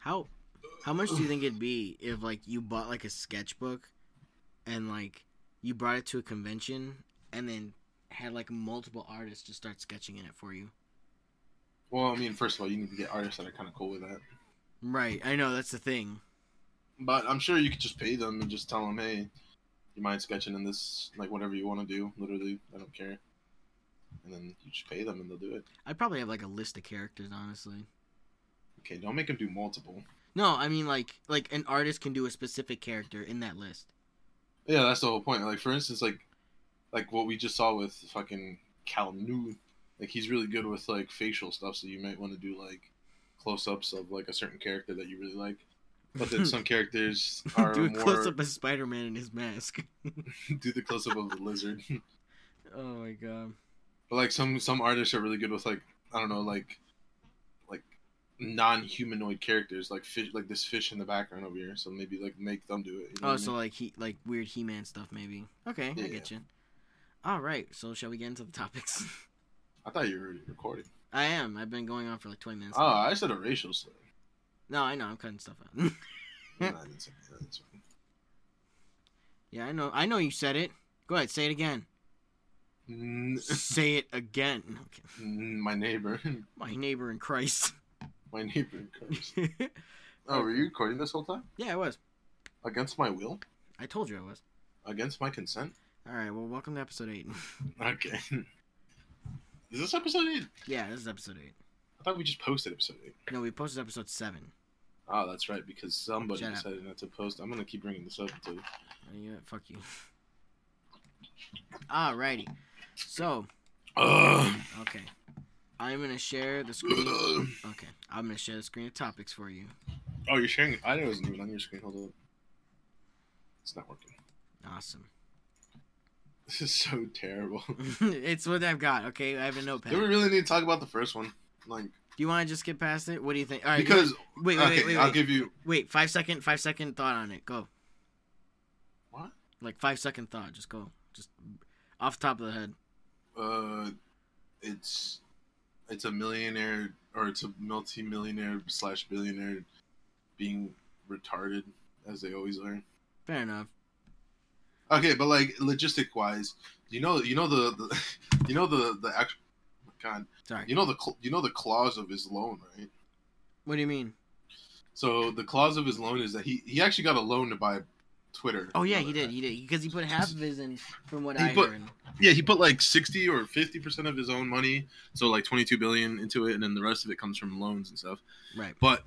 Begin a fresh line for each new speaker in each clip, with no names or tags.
How how much do you think it'd be if like you bought like a sketchbook and like you brought it to a convention and then had like multiple artists just start sketching in it for you?
Well, I mean, first of all, you need to get artists that are kind of cool with that.
Right. I know that's the thing.
But I'm sure you could just pay them and just tell them, hey, you mind sketching in this, like whatever you want to do. Literally, I don't care. And then you just pay them and they'll do it.
I'd probably have like a list of characters, honestly.
Okay, don't make them do multiple.
No, I mean like like an artist can do a specific character in that list.
Yeah, that's the whole point. Like for instance, like like what we just saw with fucking Cal New, like he's really good with like facial stuff. So you might want to do like close ups of like a certain character that you really like. But then some characters are
do a
more
close up of Spider Man in his mask.
do the close up of the lizard.
oh my god.
But like some some artists are really good with like I don't know like like non humanoid characters like fish like this fish in the background over here. So maybe like make them do it. you
Oh,
know what I
so
mean?
like he like weird He Man stuff maybe. Okay,
Yeah,
I get you. All right, so shall we get into the topics?
I thought you were already recording.
I am. I've been going on for like twenty minutes.
Oh, I said a racial slur.
No, I know. I'm cutting stuff out. Hmm.
No, I didn't say that. That's fine.
yeah, I know. I know you said it. Go ahead, say it again.
N-
say it again. Okay.
n- My neighbor,
My neighbor in Christ.
my neighbor cursed.
yeah,
Oh, were you recording this whole time?
I was.
Against my will?
I told you I was.
Against my consent?
All right. Well, welcome to episode eight.
Okay. Is this episode eight?
yeah, this is episode eight.
I thought we just posted episode eight.
No, we posted episode seven.
Oh, that's right, because somebody
Shut up.
decided not to post. I'm gonna keep bringing this up until
Uh, Yeah, fuck you. Alrighty. So,
Ugh.
okay. I'm gonna share the screen. Okay, I'm gonna share the screen of topics for you.
Oh, you're sharing. I didn't- it wasn't even on your screen. Hold up. It's not working.
Awesome.
This is so terrible.
it's what I've got. Okay, I have a notepad.
Do we
Do
really need to talk about the first one? Like
you want to just skip past it? What do you think? All right,
because
wait, wait,
okay,
wait, wait,
I'll
wait.
give you
wait. Five second, five second thought on it. Go.
What?
Like five second thought. Just go. Just off the top of the head.
uh, it's it's a millionaire or it's a multi-millionaire slash billionaire being retarded as they always are.
Fair enough.
Okay, but like logistic wise, you know, you know the, the you know the the actual God,
Sorry.
you know the cl- you know the clause of his loan, right?
What do you mean?
So the clause of his loan is that he he actually got a loan to buy Twitter.
Oh yeah,
You know
he
that,
did.
right?
He did because he put half of his in from what
He
I
put-
heard.
Yeah, he put like sixty or fifty percent of his own money, so like twenty two billion into it, and then the rest of it comes from loans and stuff.
Right.
But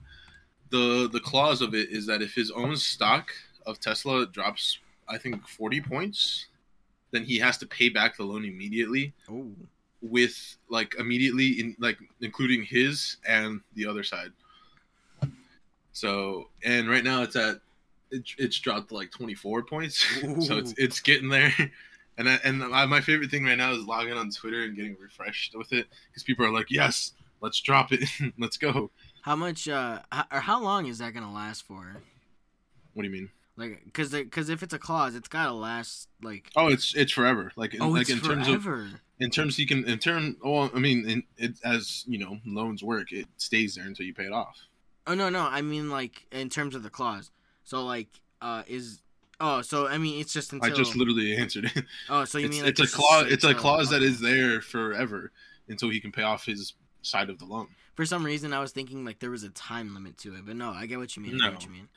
the the clause of it is that if his own stock of Tesla drops, I think forty points, then he has to pay back the loan immediately
Oh.
with like immediately in like including his and the other side. So and right now it's at it, it's dropped to like twenty four points, so it's
Ooh.
it's getting there. And I, and I, my favorite thing right now is logging on Twitter and getting refreshed with it because people are like, yes, let's drop it, let's go.
How much? Uh, how, or how long is that gonna last for?
What do you mean?
Like, cause, the- cause if it's a clause, it's gotta last like.
Oh, it's it's forever. Like in-
Oh, it's
like in terms of
forever.
in terms you can in term. Well, I mean, in, it, as you know, loans work. It stays there until you pay it off.
Oh no, no, I mean like in terms of the clause. So like, uh, is oh, so I mean it's just until.
I just literally answered it.
oh, so you
it's,
mean like
it's a
just
clause.
straight
It's a
till-
clause that
okay.
is there forever until he can pay off his side of the loan.
For some reason, I was thinking like there was a time limit to it, but no, I get what you mean. I get
No.
what you mean.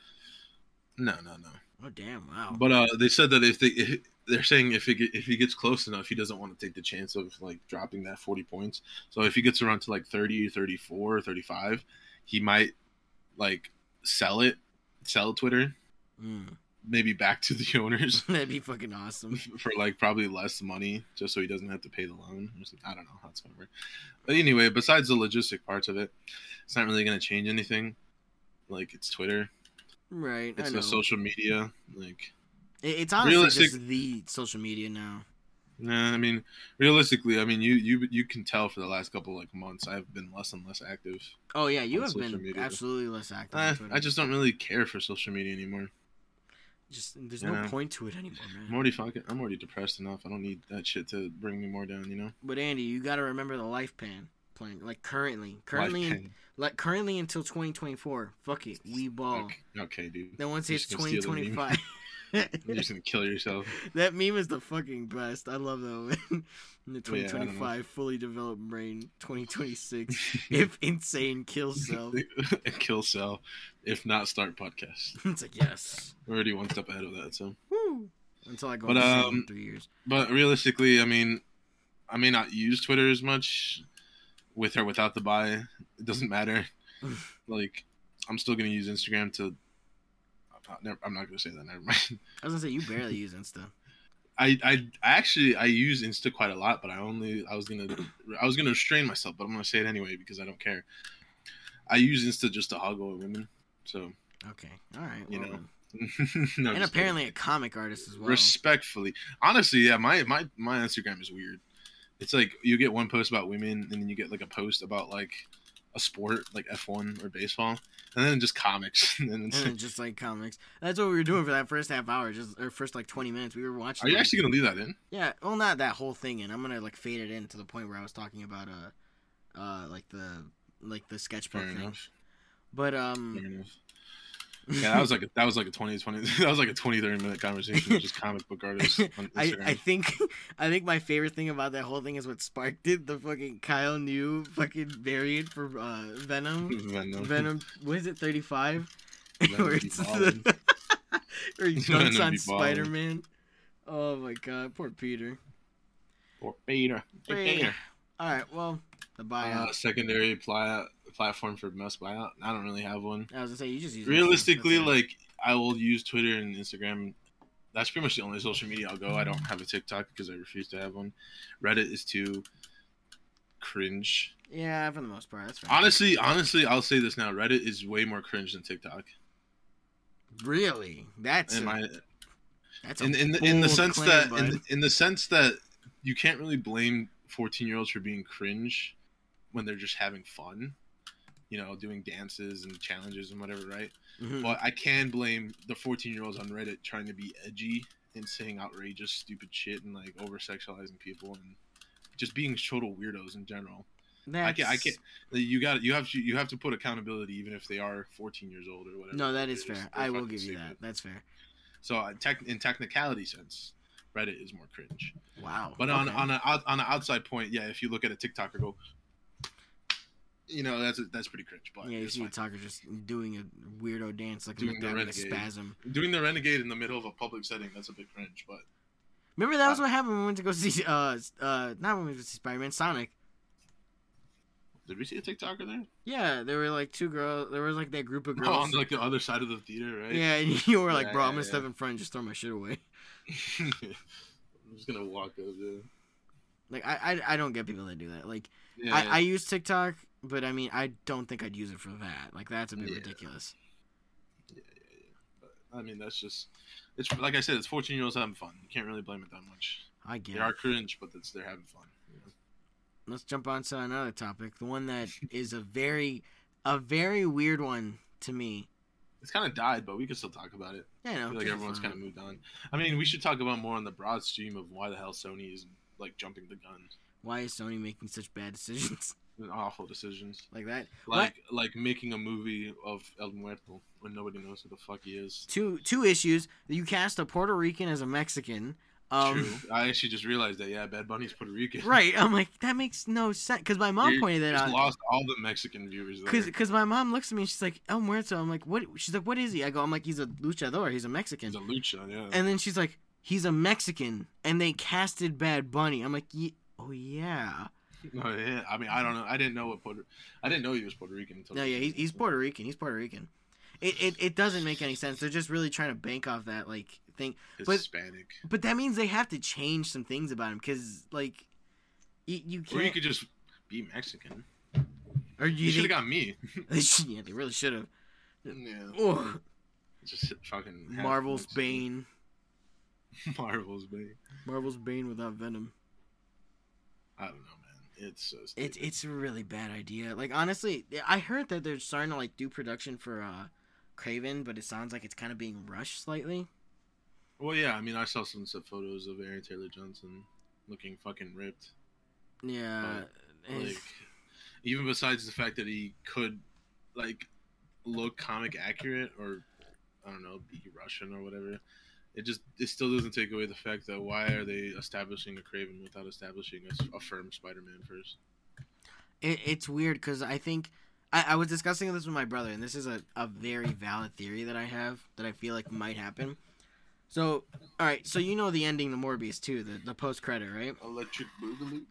No, no, no.
Oh damn! Wow.
But uh, they said that if they if, they're saying if he get, if he gets close enough, he doesn't want to take the chance of like dropping that forty points. So if he gets around to like 30, 34, 35, he might like sell it, sell Twitter,
Mm.
maybe back to the owners
That'd be fucking awesome.
for like probably less money, just so he doesn't have to pay the loan. or something. I don't know how it's gonna work. But anyway, besides the logistic parts of it, it's not really gonna change anything. Like it's Twitter,
Right. I
it's
know.
no social media. Like,
It- it's honestly
Realistic-
just the social media now.
nah, I mean, realistically, I mean, you you you can tell for the last couple like months, I've been less and less active.
Oh yeah, you
On
have
social
been
media. Eh,
absolutely less active. on
I,
Twitter.
I just don't really care for social media anymore.
just there's no
Yeah.
point to it anymore,
I'm
man.
already fucking, I'm already depressed enough. I don't need that shit to bring me more down. You know.
But Andy, you got to remember the life plan. plan. Like currently, currently,
Life
in,
plan.
like currently until 2024. Fuck it, we ball.
Okay, okay, dude.
Then once
You're
it's
just gonna steal the meme.
2025,
You're just gonna kill yourself.
that meme is the fucking best. I love that one. In the
Oh, yeah, I don't know.
2025 fully developed brain, 2026 if insane kills self.
and kill self. If not, start podcast.
it's like yes,
We're already one step ahead of that. So,
woo. Until I go
But,
insane
um,
in three years.
but realistically, I mean, I may not use Twitter as much with or without the buy. It doesn't matter. like, I'm still gonna use Instagram to. I'm not- never- I'm not gonna say that. Never mind.
I was gonna say you barely use Insta.
I, I actually I use Insta quite a lot, but I only I was gonna I was gonna restrain myself, but I'm gonna say it anyway because I don't care. I use Insta just to hoggle women. So
Okay, all right.
You
well
know,
then.
no, just kidding.
and apparently a comic artist as well.
respectfully, honestly, yeah, my my my Instagram is weird. It's like you get one post about women, and then you get like a post about like a sport like F1 or baseball, and then just comics. and then
and
it's,
then just like comics. That's what we were doing for that first half hour, just or first like twenty minutes. We were watching.
are you
like-
actually gonna leave that in?
Yeah, well, not that whole thing, and I'm gonna like fade it in to the point where I was talking about uh, uh, like the like the sketchbook
Fair
thing.
enough.
But
Fair
um,
enough. Yeah, that was like a, that was like a 20, 20 that was like a 20, 30 minute conversation with just comic book artists on
I,
Instagram.
I think I think my favorite thing about that whole thing is what sparked it. The fucking Kyle New fucking variant for uh, Venom.
Venom.
Venom, what is it, 35?
Venom
Where
be
it's
ballin'.
the, where he
Venom
jumps on
be ballin'.
Spider Man. Oh my god, poor Peter.
Or Peter.
Peter. Alright, well, the buyout.
Uh, secondary pli- platform for best buyout. I don't really have one.
I was gonna say you just use Instagram.
Realistically,
That's it.
like I will use Twitter and Instagram. That's pretty much the only social media I'll go. I don't have a TikTok because I refuse to have one. Reddit is too cringe.
yeah, for the most part, that's right.
Honestly, honestly, I'll say this now. Reddit is way more cringe than TikTok.
really, that's
In
a,
my
that's a
in in, the- in the
bold
sense
claim,
that in,
bud.
in the sense that you can't really blame 14 year olds for being cringe when they're just having fun you know doing dances and challenges and whatever right
Mhm.
but i can blame the 14 year olds on reddit trying to be edgy and saying outrageous stupid shit and like over sexualizing people and just being total weirdos in general i can't i
That's-
can't you got you have to you have to put accountability even if they are 14 years old or whatever
No, that
They're
is
just-
fair.
they're
I will
fucking
give you
stupid.
that. That's fair.
So uh, tech, in technicality sense, Reddit is more cringe.
Wow.
But on
okay.
on a, out- on an outside point, yeah, if you look at a TikToker go, you know that's that's pretty cringe. But
yeah, you
it's
see a
fine.
talker just doing a weirdo dance like
Doing
looked
the
at with a
renegade.
spasm.
doing the renegade in the middle of a public setting that's a bit cringe. But
Remember that was
Uh,
what happened when we went to go see uh s- uh not when we went to see Spider Man Sonic.
did we see a TikToker there?
Yeah, there were like two girls. There was like that group of
Oh, on
girls.
like the other side of the theater, right?
yeah, and you were like,
Yeah,
bro,
yeah,
I'm gonna step
yeah.
in front and just throw my shit away.
I'm just gonna walk up. Yeah,
Like I I, I don't get people that do that. Like
yeah
I, I use TikTok, but I mean I don't think I'd use it for that. Like that's a bit
Yeah.
ridiculous.
yeah, yeah, yeah. But, I mean, that's just it's like I said, it's 14 year olds having fun. You can't really blame it that much.
I get
They
it.
are cringe, but that's they're having fun. you know?
Let's jump on to another topic. The one that is a very a very weird one to me.
It's kind of died, but we could still talk about it.
Yeah, you
I
know,
feel like
just
everyone's
for-
kind of moved on. I mean, we should talk about more on the broad stream of why the hell Sony is like jumping the gun,
why is Sony making such bad decisions
awful decisions,
like that?
like like making a movie of El Muerto when nobody knows who the fuck he is.
Two two issues. You cast a Puerto Rican as a Mexican. Um,
True. I actually just realized that. Yeah, Bad Bunny's Puerto Rican.
right. I'm like that makes no sense because my mom
You
pointed that
Just
out.
lost all the Mexican viewers. There.
Cause, Cause, my mom looks at me and she's like, El Muerto. I'm like, what? She's like, what is he? I go, I'm like, he's a luchador. He's a Mexican.
He's a lucha. Yeah.
And then she's like, he's a Mexican, and they casted Bad Bunny. I'm like, Ye oh yeah,
No, yeah. I mean, I don't know. I didn't know what Puerto. I didn't know he was Puerto Rican until.
no, yeah, he's, he's Puerto Rican. He's Puerto Rican. It, it it doesn't make any sense. They're just really trying to bank off that like thing, but-
Hispanic.
but that means they have to change some things about him because like, you, you can't.
Or you could just be Mexican.
or
You,
you
should
think,
have got me.
yeah, they really should have.
yeah.
Oh,
Just fucking half
Marvel's Bane.
Mexican. Marvel's Bane.
Marvel's Bane without Venom.
I don't know, man. It's so
It's
stupid.
it's a really bad idea. Like honestly, I heard that they're starting to like do production for uh Craven, but it sounds like it's kind of being rushed slightly.
well, yeah. I mean, I saw some set photos of Aaron Taylor Johnson looking fucking ripped.
Yeah.
Like,
it's-
even besides the fact that he could like look comic accurate or I don't know, be Russian or whatever. It just it still doesn't take away the fact that why are they establishing a Craven without establishing a, s- a firm Spider-Man first?
It, it's weird because I think I, I was discussing this with my brother, and this is a, a very valid theory that I have that I feel like might happen. So, all right, so you know the ending, the Morbius too, the, the post credit, right?
Electric Boogaloo,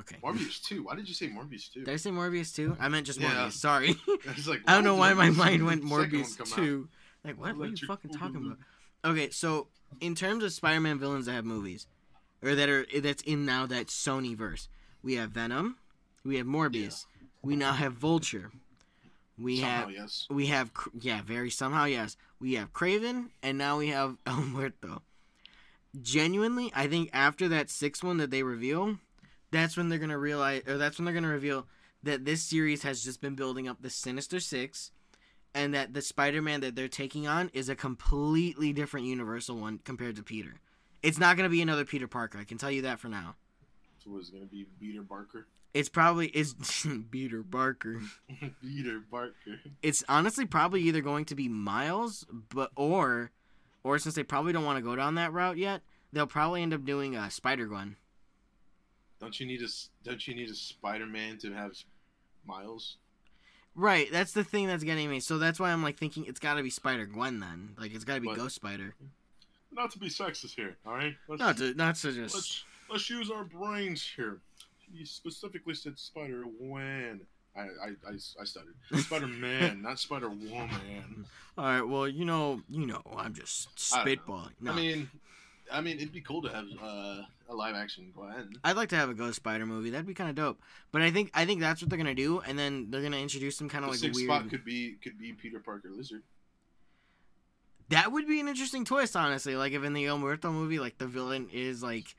Okay.
Morbius two. Why did you say Morbius two?
Did I say Morbius too? I meant just
Yeah.
Morbius. Sorry,
It's like,
I don't know
did
why my
the
mind went
second one
Morbius
come out?
too. Like what? What are you
Electric
fucking talking
Boogaloo.
about? Okay, so in terms of Spider-Man villains that have movies, or that are that's in now that Sony verse, we have Venom, we have Morbius, we now have Vulture, we
Somehow,
have
yes.
we have Cr- yeah very somehow yes we have craven and now we have el muerto genuinely i think after that sixth one that they reveal that's when they're gonna realize or that's when they're gonna reveal that this series has just been building up the sinister six and that the spider-man that they're taking on is a completely different universal one compared to peter it's not gonna be another peter parker i can tell you that for now
So was it gonna be Beater Barker?
it's probably is peter parker
Beater Barker.
it's honestly probably either going to be Miles, but or or since they probably don't want to go down that route yet, they'll probably end up doing uh, Spider Gwen.
Don't you need a s- Don't you need a Spider-Man to have s- Miles?
Right, that's the thing that's getting me. So that's why I'm like thinking it's got to be Spider Gwen then. Like it's got to be
What?
Ghost Spider.
Not to be sexist here, all right? Let's,
Not to not to just
let's let's use our brains here. He specifically said Spider Wan. I, I, I, I stuttered. Spider Man, not Spider Woman.
all right. Well, you know, you know, I'm just
I don't
spitballing. No,
I
I
mean, I mean, it'd be cool to have uh, a live action Gwen.
would like to have a Ghost Spider movie. That'd be kind of dope. But I think I think that's what they're gonna do, and then they're gonna introduce some kind
The
of like
sixth
weird.
spot could be could be Peter Parker Lizard.
That would be an interesting twist, honestly. Like if in the El Muerto movie, like the villain is like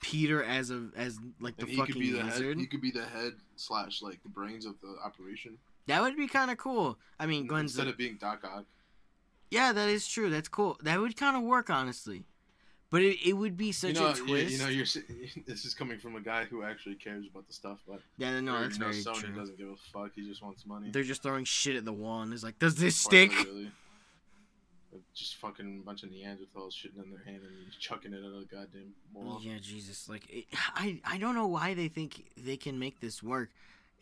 Peter as a as like the
And he
fucking
could be the
lizard.
head. He could be the head slash like the brains of the operation.
That would be kind of cool. I mean, Gwen's
Instead of being Doc Ock.
yeah, that is true. That's cool. That would kind of work, honestly. But it, it would be such
you know,
a
you-
twist.
You, know, you're. s- This is coming from a guy who actually cares about the stuff, but
yeah, no,
you
that's
know,
very
Sony
true.
doesn't give a fuck. He just wants money.
They're just throwing shit at the wall, and it's like, does this
Quite
stick?
literally. Just fucking bunch of Neanderthals shitting in their hand and chucking it at a goddamn wall.
Yeah, Jesus. Like, it, I I don't know why they think they can make this work.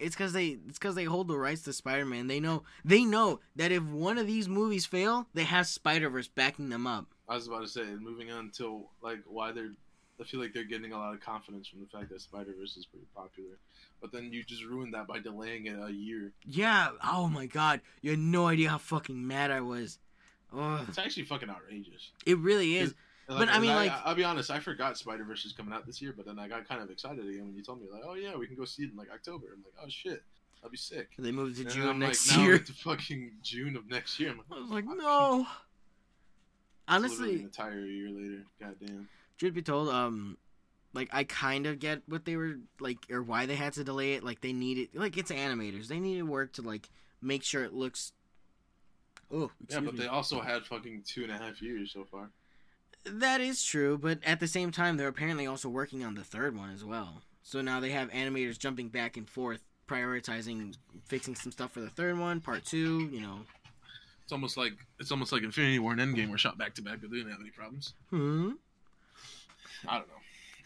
It's because they it's because they hold the rights to Spider Man. They know they know that if one of these movies fail, they have Spider Verse backing them up.
I was about to say, moving on to like why they're. I feel like they're getting a lot of confidence from the fact that Spider Verse is pretty popular, but then you just ruined that by delaying it a year.
Yeah. Oh my God. You had no idea how fucking mad I was. Oh,
It's actually fucking outrageous.
it really is.
And,
But, I
and
mean, like-
I'll be honest, I forgot Spider Verse is coming out this year, but then I got kind of excited again when you told me like, oh yeah, we can go see it in like October. I'm like, oh shit, I'll be sick.
They moved it to
And
June
I'm
next
like, now
year.
it's fucking June of next year. I'm like,
I was like,
"Fuck."
no.
It's literally
Honestly,
an entire year later. Goddamn.
truth be told, um, like I kind of get what they were like or why they had to delay it. Like they needed, like it's animators. They needed work to like make sure it looks. Oh,
Yeah,
excuse
but
me.
they also had fucking two and a half years so far.
that is true. But at the same time, they're apparently also working on the third one as well. So now they have animators jumping back and forth, prioritizing fixing some stuff for the third one, part two. You know.
It's almost like it's almost like Infinity War and Endgame were shot back to back, but they didn't have any problems.
Hmm.
I don't know.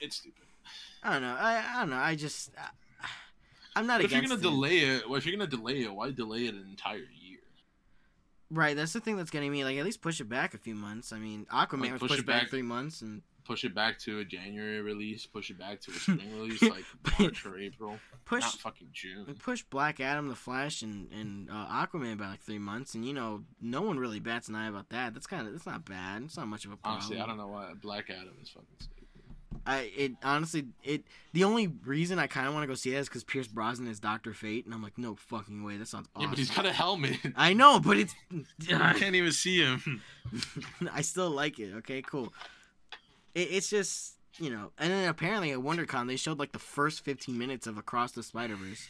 It's stupid.
I don't know. I, I don't know. I just. I, I'm not
But if you're
against
gonna
it.
delay it, well, if you're gonna delay it, why delay it an entire year?
Right, that's the thing that's getting me. Like, at least push it back a few months. I mean, Aquaman
Like,
was
push
pushed
it
back,
back-
three months, and
Push it back to a January release. Push it back to a spring release, like March or April,
push
not fucking June.
push Black Adam, The Flash, and and uh, Aquaman by like three months. And you know, no one really bats an eye about that. That's kind of that's not bad. It's not much of a problem.
Honestly, I don't know why Black Adam is fucking stupid.
I it honestly it the only reason I kind of want to go see that is because Pierce Brosnan is Doctor Fate, and I'm like, no fucking way. That sounds awesome.
Yeah, but he's got a helmet.
I know, but it's.
you can't even see him.
I still like it. Okay, cool. It, it's just you know, and then apparently at WonderCon they showed like the first 15 minutes of Across the Spider Verse.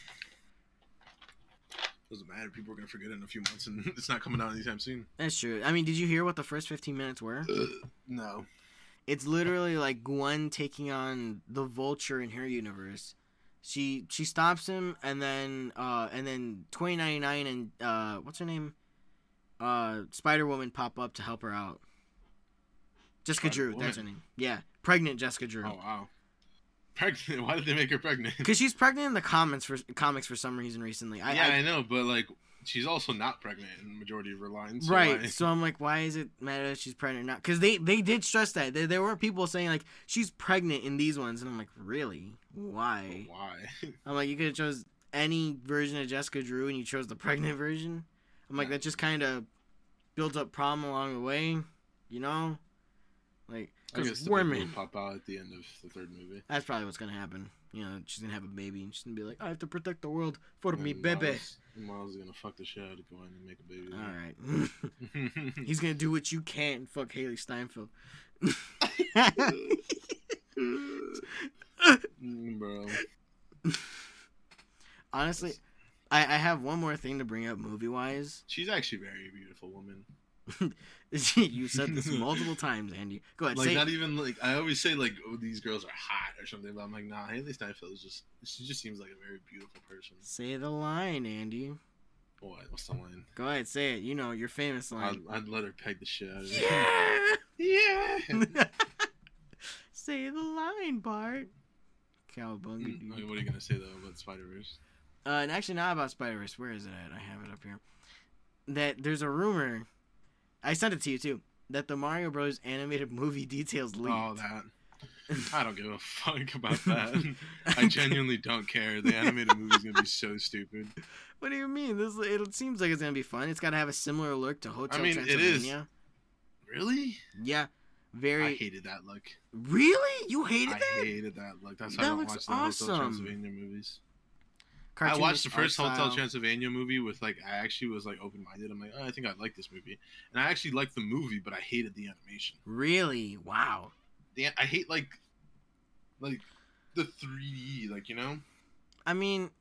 Doesn't matter. People are gonna forget it in a few months, and it's not coming out anytime soon.
That's true. I mean, did you hear what the first 15 minutes were?
No.
It's literally like Gwen taking on the Vulture in her universe. she she stops him and then uh and then 2099 and uh what's her name uh spider woman pop up to help her out jessica drew
Spider-Woman?
that's her name yeah pregnant jessica drew
Oh wow. Pregnant? Why did they make her pregnant?
because she's pregnant in the comments for comics for some reason recently i,
yeah,
I-
I, know, but like she's also not pregnant in the majority of her lines. so
right
why-
so i'm like why is it matter that she's pregnant or not because they they did stress that there, there were people saying like she's pregnant in these ones and i'm like really
But
why
Oh, why?
i'm like you could have chose any version of jessica drew and you chose the pregnant version i'm like
Yeah.
that just kind of builds up problem along the way you know like
I guess
because
the women
women
would pop out at the end of the third movie.
that's probably what's gonna happen you know she's gonna have a baby and she's gonna be like i have to protect the world for me
And
baby
Miles, and Miles is gonna fuck the shit out of Gwen and make a baby.
all right He's gonna do what you can't. Fuck Haley Steinfeld.
Mm, Bro,
Honestly, I, I have one more thing to bring up movie wise.
she's actually a very beautiful woman.
you said this multiple times, Andy. Go ahead,
Like
say
not
it.
even like I always say like oh these girls are hot or something, but I'm like nah. Haley Steinfeld is just she just seems like a very beautiful person.
say the line, Andy.
What? What's the line?
Go ahead, say it. You know your famous
I'd,
line.
I'd let her peg the shit out of me.
Yeah.
Yeah.
say the line, Bart. Cowabunga,
Mm, okay,
dude.
what are you gonna say though about Spider Verse?
Uh, and actually, not about Spider Verse. Where is it at? I have it up here. That there's a rumor. I sent it to you too. That the Mario Bros. animated movie details leaked.
Oh, that. I don't give a fuck about that. I genuinely don't care. The animated movie's gonna be so stupid.
What do you mean? This it seems like it's gonna be fun. It's gotta have a similar look to Hotel
I mean, it is.
Transylvania.
Really?
Yeah, very.
I hated that look.
really? You hated
I
that?
hated that look. That's
That
how I don't
looks
watch the
awesome.
Hotel Transylvania movies. I
Cartoonish
watched the first
art
Hotel
style.
Transylvania movie with like I actually was like open minded. I'm like, oh, I think I like this movie, and I actually liked the movie, but I hated the animation.
Really? Wow.
The I hate like, like the 3D, like you know.
I mean,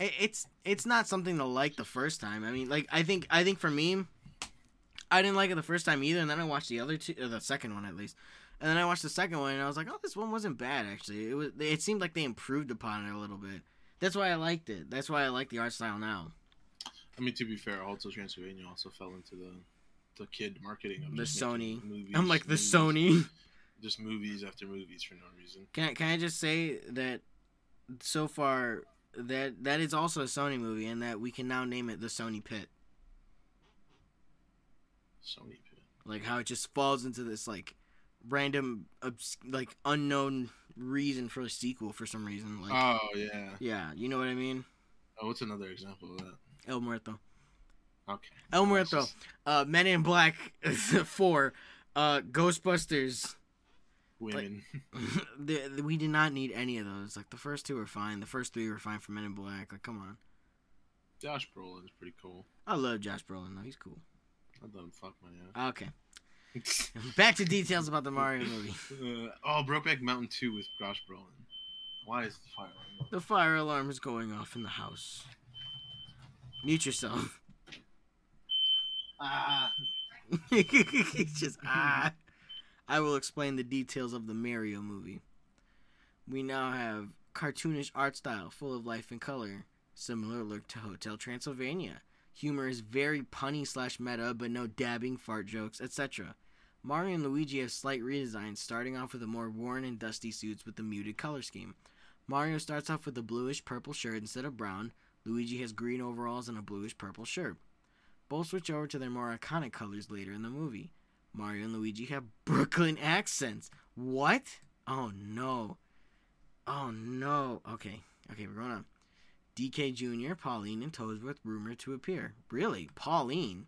it, it's it's not something to like the first time. I mean, like I think I think for me, I didn't like it the first time either, and then I watched the other two, or the second one at least, and then I watched the second one, and I was like, oh, this one wasn't bad actually. It was. It seemed like they improved upon it a little bit. That's why I liked it. That's why I like the art style now.
I mean, to be fair, Hotel Transylvania also fell into the the kid marketing of
The
just making
Sony.
Movies,
I'm like the
movies,
Sony.
just movies after movies for no reason.
Can I, can I just say that so far that that is also a Sony movie and that we can now name it the Sony Pit.
Sony. pit.
Like how it just falls into this like random obs- like unknown reason for a sequel for some reason like
Oh yeah.
yeah, you know what I mean?
Oh, what's another example of that?
El Muerto.
Okay.
El
Well, it's
Muerto.
just-
Uh Men in Black 4 uh Ghostbusters.
Women.
the, the- we did not need any of those. Like the first two were fine. The first three were fine for Men in Black. Like come on.
Josh Brolin is pretty cool.
I love Josh Brolin though. He's cool.
I let him fuck my ass.
Okay. Back to details about the Mario movie.
uh, oh, Brokeback Mountain Two with Josh Brolin. Why is the fire? alarm going?
The fire alarm is going off in the house. Mute yourself.
Ah.
It's just ah. I will explain the details of the Mario movie. We now have cartoonish art style full of life and color, similar look to Hotel Transylvania. Humor is very punny slash meta, but no dabbing, fart jokes, etc. Mario and Luigi have slight redesigns, starting off with the more worn and dusty suits with the muted color scheme. Mario starts off with a bluish purple shirt instead of brown. Luigi has green overalls and a bluish purple shirt. Both switch over to their more iconic colors later in the movie. Mario and Luigi have Brooklyn accents. What? Oh no. Oh no. Okay. Okay, we're going on. DK Jr., Pauline, and Toadsworth rumored to appear. Really? Pauline?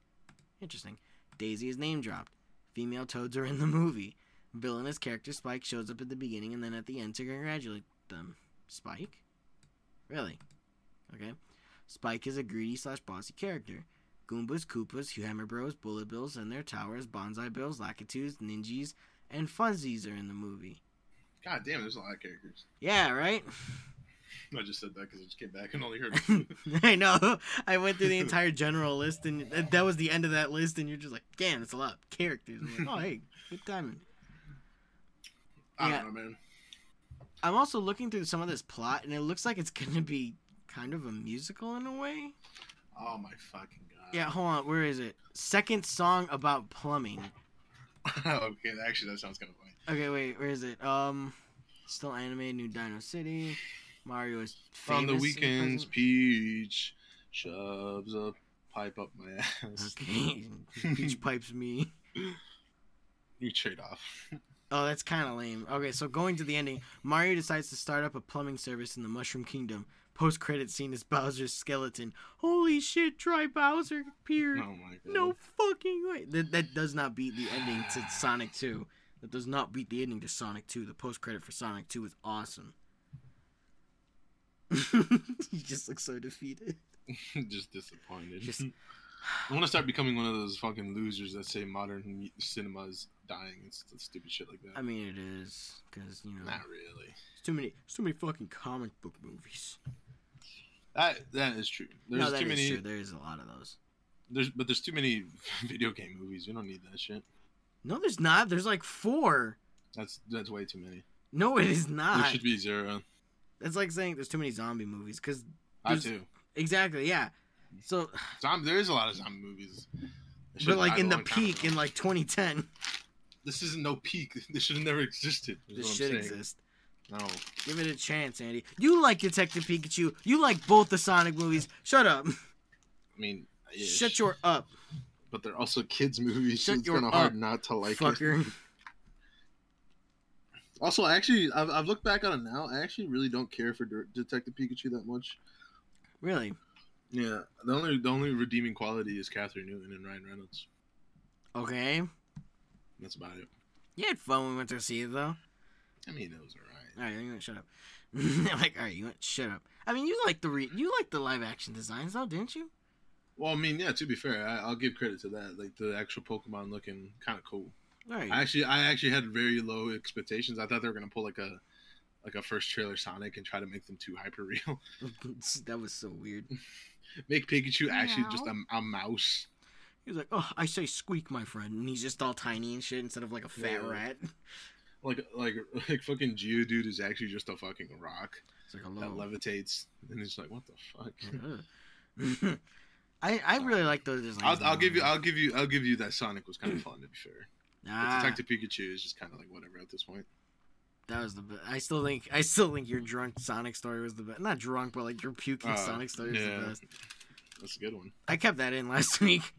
Interesting. Daisy is name dropped. Female toads are in the movie. Villainous character Spike shows up at the beginning and then at the end to congratulate them. Spike? Really? Okay. Spike is a greedy slash bossy character. Goombas, Koopas, Hammer Bros, Bullet Bills, and their towers, Bonsai Bills, Lakitus, Ninjas, and Funsies are in the movie.
God damn, there's a lot of characters.
Yeah, right?
I just said that because I just came back and only heard. two.
I know. I went through the entire general list, and that that was the end of that list, and you're just like, damn, that's a lot of characters. I'm like, oh, hey, good timing.
I
Yeah.
don't know, man.
I'm also looking through some of this plot, and it looks like it's gonna be kind of a musical in a way.
Oh my fucking god.
Yeah, hold on. Where is it? Second song about plumbing.
okay, actually, that sounds kind of funny.
Okay, wait. Where is it? Um, still anime. New Dino City. Mario is famous
On the
and
weekends,
present.
Peach shoves a pipe up my ass.
Okay, Peach pipes me.
You trade off.
Oh, that's kind of lame. Okay, so going to the ending, Mario decides to start up a plumbing service in the Mushroom Kingdom. Post credit scene is Bowser's skeleton. Holy shit! Dry Bowser
Oh
appeared.
my god.
No fucking way. That, that does not beat the ending to Sonic 2. That does not beat the ending to Sonic 2. The post credit for Sonic 2 is awesome. you just look so defeated.
Just disappointed.
Just-
I want to start becoming one of those fucking losers that say modern mu- cinema is dying and st- stupid shit like that.
I mean, it is because you know
Not really.
it's too many, it's too many fucking comic book movies.
That that is true. There's
no, that is
too many.
true. There is a lot of those.
There's but there's too many video game movies. We don't need that shit.
No, there's not. There's like four.
That's that's way too many.
No, it is
There
not.
should be zero.
That's like saying there's too many zombie movies. Because
I
There's-
too.
exactly, yeah. So,
Zombie. There is a lot of zombie movies. That
but
shit
like
died a
in the
long time
peak
ago.
in like 2010,
this isn't no peak. This should have never existed. is
this
what I'm
should
saying.
exist.
No.
Give it a chance, Andy. You like Detective Pikachu. You like both the Sonic movies. Shut up.
I mean, yeah,
Shut your up,
But they're also kids movies.
Shut
so it's
your
kind of hard
up,
not to like it.
fucker.
Also, I actually, I've, I've looked back on it now. I actually really don't care for De- Detective Pikachu that much.
Really?
Yeah, the only the only redeeming quality is Catherine Newton and Ryan Reynolds.
Okay.
That's about it.
You had fun when we went to see it, though.
I mean, it was alright.
All right, you went shut up. like, all right, you went shut up. I mean, you like the re- you like the live action designs, though, didn't you?
Well, I mean, yeah. To be fair, I, I'll give credit to that. Like the actual Pokemon looking kind of cool.
All right.
I actually, I actually had very low expectations. I thought they were gonna pull like a like a first trailer Sonic and try to make them too hyper real.
that was so weird.
make Pikachu actually
Meow.
just a, a mouse.
He was like, "Oh, I say squeak, my friend," and he's just all tiny and shit instead of like a fat
Yeah.
rat.
Like like like fucking Geodude is actually just a fucking rock.
It's like
that
hello.
levitates, and it's like, what the fuck?
Ugh. I I really like those designs.
I'll, I'll
though.
give you, I'll give you, I'll give you that Sonic was kind of fun to be fair.
Nah.
But Detective Pikachu is just kind of like whatever at this point.
Ah, That was the best. I still think I still think your drunk Sonic story was the best. Not drunk, but like your puking
Uh,
Sonic story was the
yeah.
best.
That's a good one.
I kept that in last week.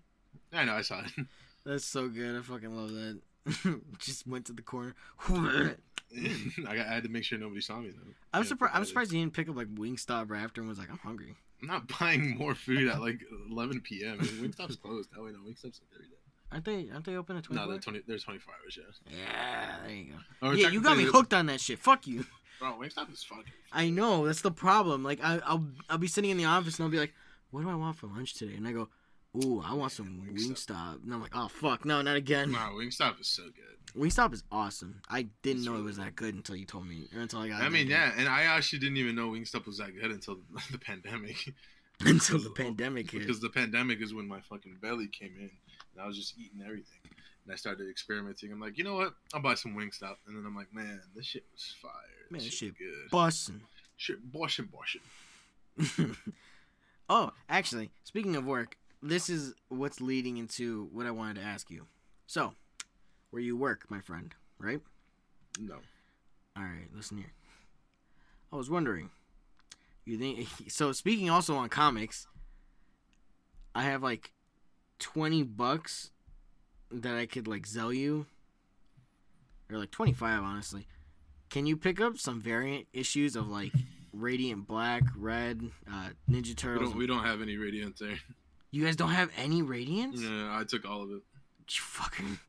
I know, I saw it.
That's so good. I fucking love that. Just went to the corner. I'm
I, got, I had to make sure nobody saw me though. Yeah,
surprised. I'm
that is-
surprised you didn't pick up like Wingstop right after and was like, "I'm hungry."
I'm not buying more food at like 11 p.m. Wingstop's closed. Oh wait, no, Wingstop's every day.
Aren't they? Aren't they open at
No,
24?
they're 20. They're 24 hours. Yeah.
yeah, there you go.
Or
yeah, you got me
technically-
hooked on that shit. Fuck you.
Bro, Wingstop is fucking.
I know that's the problem. Like I, I'll I'll be sitting in the office and I'll be like, "What do I want for lunch today?" And I go, "Ooh, I want some
Wingstop.
Wingstop." And I'm like, "Oh fuck, no, not again."
Nah, Wingstop is so good.
Wingstop is awesome. I didn't
It's
know it
really
was that good until you told me, or until I got.
I
it
mean,
that
yeah, and I actually didn't even know Wingstop was that good until the pandemic.
day. until the pandemic hit.
because the pandemic is when my fucking belly came in and I was just eating everything. And I started experimenting. I'm like, you know what? I'll buy some Wingstop. And then I'm like, man, this shit was fire.
Man,
this
this
shit, was good.
Bussin'.
shit, bosh and bosh it.
oh, actually, speaking of work, this is what's leading into what I wanted to ask you. So, where you work, my friend, right?
No.
All right, listen here. I was wondering. You think so? Speaking also on comics, I have like twenty bucks that I could like sell you, or like twenty five honestly. Can you pick up some variant issues of like Radiant Black, Red, uh, Ninja
We
Turtles?
don't, we don't have any radiant there.
you guys don't have any Radiants?
Yeah, I took all of
You fucking.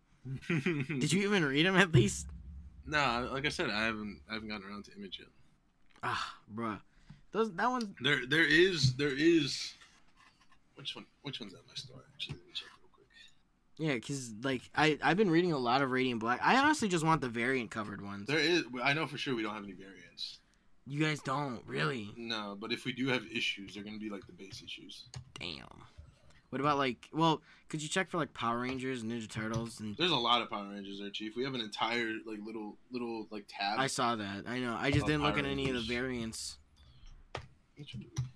it.
Did you even read them at least?
nah, like I said, I haven't I haven't gotten around to image yet.
Ah, bruh. Those that one.
There there is there is which one which one's at my store actually? Let me check real quick.
Yeah, cause like I I've been reading a lot of Radiant Black. I honestly just want the variant covered ones.
There is I know for sure we don't have any variants.
You guys don't really.
No, but if we do have issues, they're gonna be like the base issues.
Damn. What about like? Well, could you check for like Power Rangers, Ninja Turtles, and
There's a lot of Power Rangers there, Chief. We have an entire like little little like tab.
I saw that. I know. I just
Oh,
didn't look
Power
at any of the
Rangers.
variants.
Which one do we have?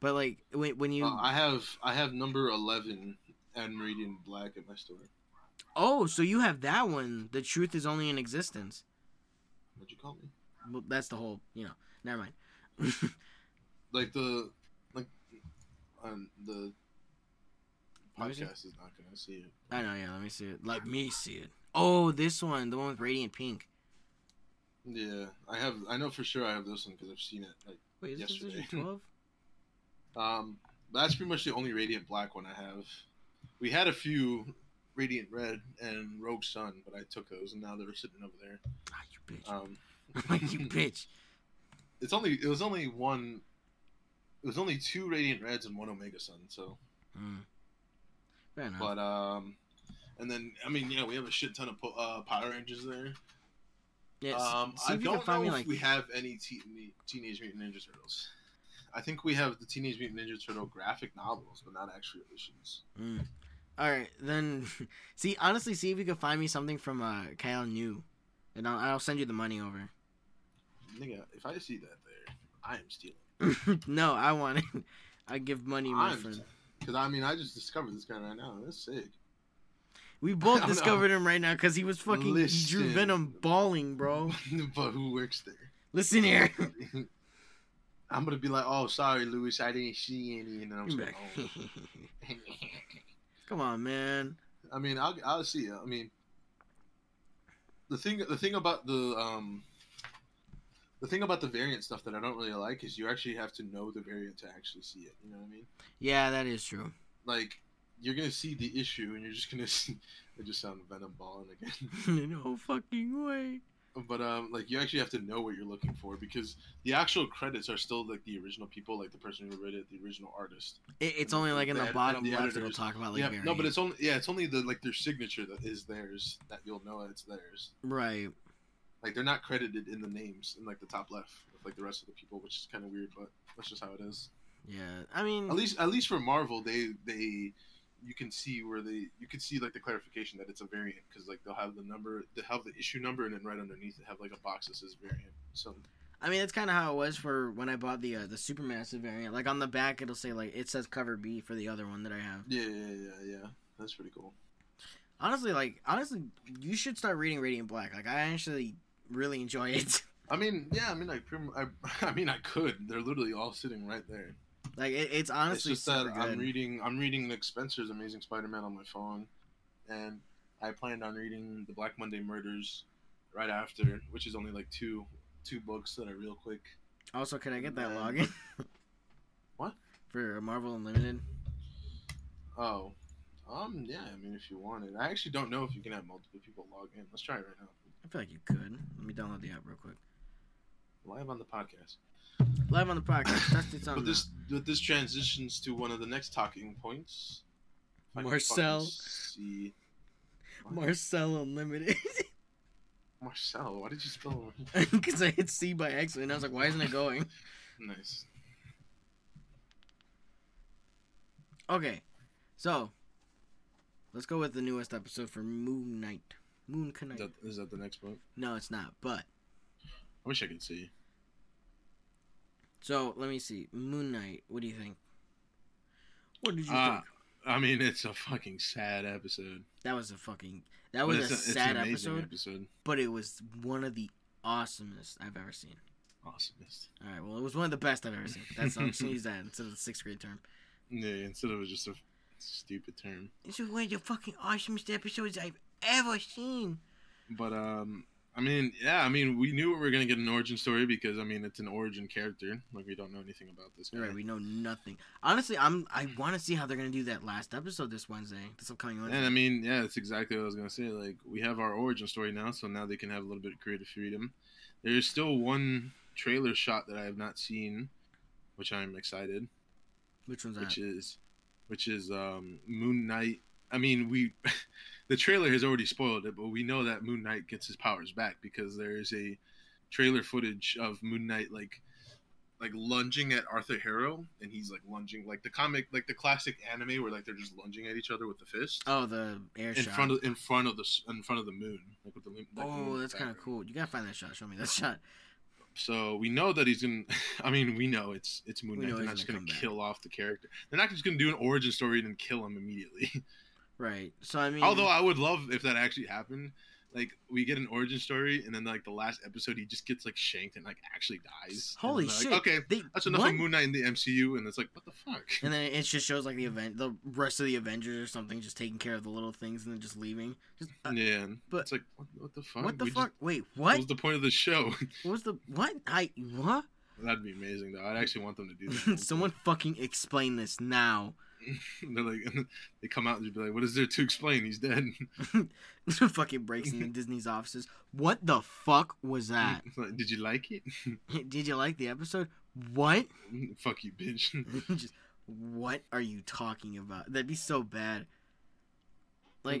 But like when when you
Uh, I have I have number eleven at Meridian Black at my store.
oh, so you have that one. The truth is only in existence.
What'd you call me?
Well, that's the whole. You know. Never mind.
Like the like um, the
Let me see.
podcast is not gonna see it.
I know. Yeah. Let me see it. Let me see it. Oh, this one. The one with radiant pink.
Yeah, I have. I know for sure I have this one because I've seen it. Like,
Wait, is this
Yesterday.
issue twelve?
um, that's pretty much the only Radiant Black one I have. We had a few Radiant Red and Rogue Sun, but I took those, and now they're sitting over there.
Ah, you bitch.
Um,
like you bitch.
it's only it was only one. It was only two Radiant Reds and one Omega Sun. So,
Mm. Fair enough.
but um, and then I mean, yeah, we have a shit ton of po- uh, Power Rangers there.
yeah, s-
Um,
see
I
if you can
don't know
find me,
if
like-
we have any te- ne- Teenage Mutant Ninja Turtles. I think we have the Teenage Mutant Ninja Turtle graphic novels, but not actual issues.
Mm. All right, then. see, honestly, see if you can find me something from uh, Kyle New, and I'll, I'll send you the money over.
Nigga, if I see that there, I am stealing.
no, I want it. I give money, my friend.
Because I mean, I just discovered this guy right now. That's sick.
We
I
both
don't
discovered him right now because he was fucking he drew
Listen.
Venom bawling, bro.
but who works there?
Listen here.
I'm gonna be like, oh, sorry, Louis, I didn't see any, and then I'm Oh. just
Back.
like, oh.
Come on, man.
I mean, I'll, I'll see. I mean, the thing the thing about the um the thing about the variant stuff that I don't really like is you actually have to know the variant to actually see it. You know what I mean?
Yeah, that is true.
Like you're gonna see the issue and you're just gonna see. I just sound venom balling again.
no fucking way.
But um, like you actually have to know what you're looking for because the actual credits are still like the original people, like the person who wrote it, the original artist.
It, it's
And
only
the-
like in the
the-
bottom
the
left. It'll
editors-
talk about like
yeah, no, but
variant.
it's only yeah, it's only the like their signature that is theirs that you'll know it's theirs.
right.
like they're not credited in the names in like the top left with like the rest of the people, which is kind of weird, but that's just how it is.
Yeah, I mean,
At least, at least for Marvel, they they you can see where they you can see like the clarification that it's a variant because like they'll have the number, they'll have the issue number, and then right underneath it have like a box that says variant. So
I mean, that's kind of how it was for when I bought the uh, the supermassive variant. Like on the back, it'll say like it says cover B for the other one that I have.
yeah, yeah, yeah, yeah. That's pretty cool.
Honestly, like honestly, you should start reading Radiant Black. Like I actually really enjoy it.
I mean, yeah, I mean, I, prim- I, I mean, I could. They're literally all sitting right there.
like it, it's honestly
it's just that
super
I'm
good.
reading I'm reading Nick Spencer's Amazing Spider-Man on my phone, and I planned on reading the Black Monday Murders right after, which is only like two two books that are real quick.
also, could I get that
Man.
login?
What?
for Marvel Unlimited?
Oh, um, yeah. I mean, if you want it, I actually don't know if you can have multiple people log in. Let's try it right now.
I feel like you could. Let me download the app real quick.
Live on the podcast.
Live on the podcast. Test it on
But this but this transitions to one of the next talking points. If I can fucking
Marcel.
See.
the- Marcel Unlimited
Marcel, why did you spell it?
because I hit C by accident. I was like, why isn't it going?
Nice.
Okay, so let's go with the newest episode for Moon Knight. Moon
Is
Knight.
that, is that the next book?
No, it's not. But
I wish I could see.
so let me see. Moon Knight. What do you think? What did you
Uh,
think?
I mean, it's a fucking sad episode.
That was a fucking. That was
But it's
a
it's
sad
amazing
episode,
episode.
but it was one of the awesomest I've ever seen.
Awesomest.
All right, well, it was one of the best I've ever seen. That's I'm just gonna use that instead of the sixth grade term.
Yeah, instead of just a stupid term.
This is one of the fucking awesomest episodes I've ever seen.
But um, I mean, yeah, I mean, we knew we were gonna get an origin story because I mean, it's an origin character. Like we don't know anything about this guy.
All right, we know nothing. Honestly, I'm I want to see how they're gonna do that last episode this Wednesday, this upcoming Wednesday.
and I mean, yeah, that's exactly what I was gonna say. Like we have our origin story now, so now they can have a little bit of creative freedom. There is still one trailer shot that I have not seen, which I'm excited.
Which one's that?
which is which is um Moon Knight. I mean, we the trailer has already spoiled it, but we know that Moon Knight gets his powers back because there is a trailer footage of Moon Knight like like lunging at Arthur Harrow, and he's like lunging like the comic, like the classic anime where like they're just lunging at each other with the fist
Oh, the air
in
shot.
front of in front of the s- in front of the moon, like with the like,
oh,
moon
that's kind of
background.
cool. You gotta find that shot. Show me that shot.
So we know that he's gonna. I mean, we know it's it's Moon
We
Knight.
know
They're
he's
not just
gonna
gonna
come back.
kill off the character. They're not just gonna do an origin story and then kill him immediately.
Right. So I mean,
Although I would love if that actually happened. Like we get an origin story, and then like the last episode, he just gets like shanked and like actually dies. And
holy
then, like,
shit.
Okay,
They,
that's enough
what?
of Moon Knight in the MCU, and it's like what the fuck.
And then it just shows like the event, the rest of the Avengers or something, just taking care of the little things and then just leaving. Just uh,
yeah,
but-
but it's like what, what the fuck?
what the
We just-
fuck? Wait,
what
what?
was the point of the show?
What was the what? I what?
That'd be amazing though. I'd actually want them to do that.
Someone fucking explain this now.
they're like, they come out and just be like, "What is there to explain? He's dead."
fucking breaks into Disney's offices. What the fuck was that?
Like, Did you like it?
Did you like the episode? What?
Fuck you, bitch.
Just what are you talking about? That'd be so bad.
That'd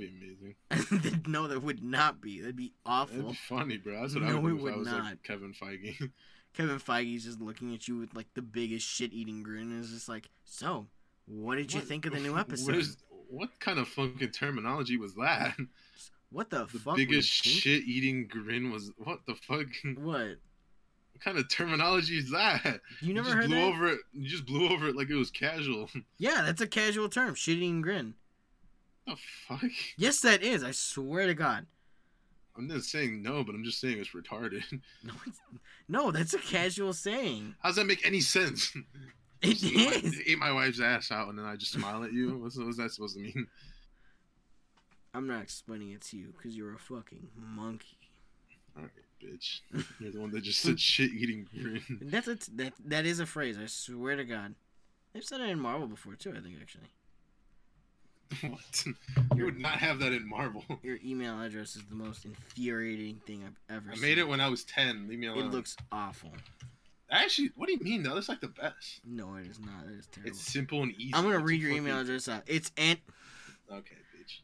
Like
be amazing.
no, that would not be. That'd be
That'd
awful.
be funny, bro. That's what I
No,
would
it
do if
would
I was
not.
like Kevin Feige.
Kevin Feige's just looking at you with like the biggest shit eating grin and is just like, So, what did you
What-
think of the new
what
episode? What,
is- what kind of fucking terminology was that?
the,
The
fuck? were you
biggest
thinking?"
shit-eating grin was what the fuck? What
What?
kind of terminology is that?
You never
just
heard
blew
that?
over it. You just blew over it like it was casual.
Yeah, that's a casual term, shit eating grin.
the fuck?
Yes, that is. I swear to God.
I'm not saying no, but I'm just saying it's retarded.
No, it's, no, that's a casual saying.
How does that make any sense?
It
Just ate my-
is.
Ate my wife's ass out, and then I just smile at you. What's, what's that supposed to mean?
I'm not explaining it to you because you're a fucking monkey.
Bitch, you're the one that just said shit-eating grin.
And That's a t- that that is a phrase. I swear to God, they've said it in Marvel before too. I think actually,
What? You would not have that in Marvel.
your email address is the most infuriating thing I've ever.
I
seen.
made it when I was ten. Leave me alone.
It looks awful.
actually. What do you mean? though? That's like the best.
No, it is not. It is terrible.
It's simple and easy.
I'm gonna
It's a
read your
fucking-
email address out. It's ant.
Okay, bitch.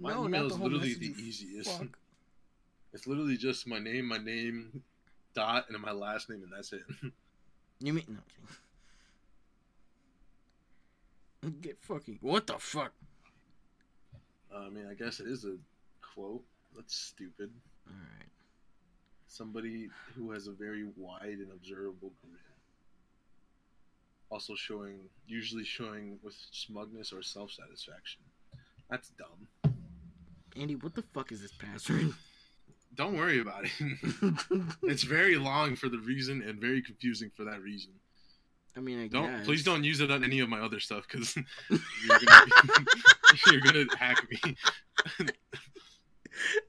My
No,
email
not
is
the whole
literally
message,
the
you
easiest.
fuck.
It's literally just my name, my name, dot, and my last name, and that's it.
You mean no? I'm kidding. Get fucking what the fuck?
I mean, I guess it is a quote. That's stupid.
All right.
Somebody who has a very wide and observable grin. Also showing, usually showing with smugness or self satisfaction. That's dumb.
Andy, what the fuck is this password?
Don't worry about it. it's very long for the reason and very confusing for that reason.
I mean, I
Don't
guess.
please don't use it on any of my other stuff because you're, gonna be- you're gonna hack me.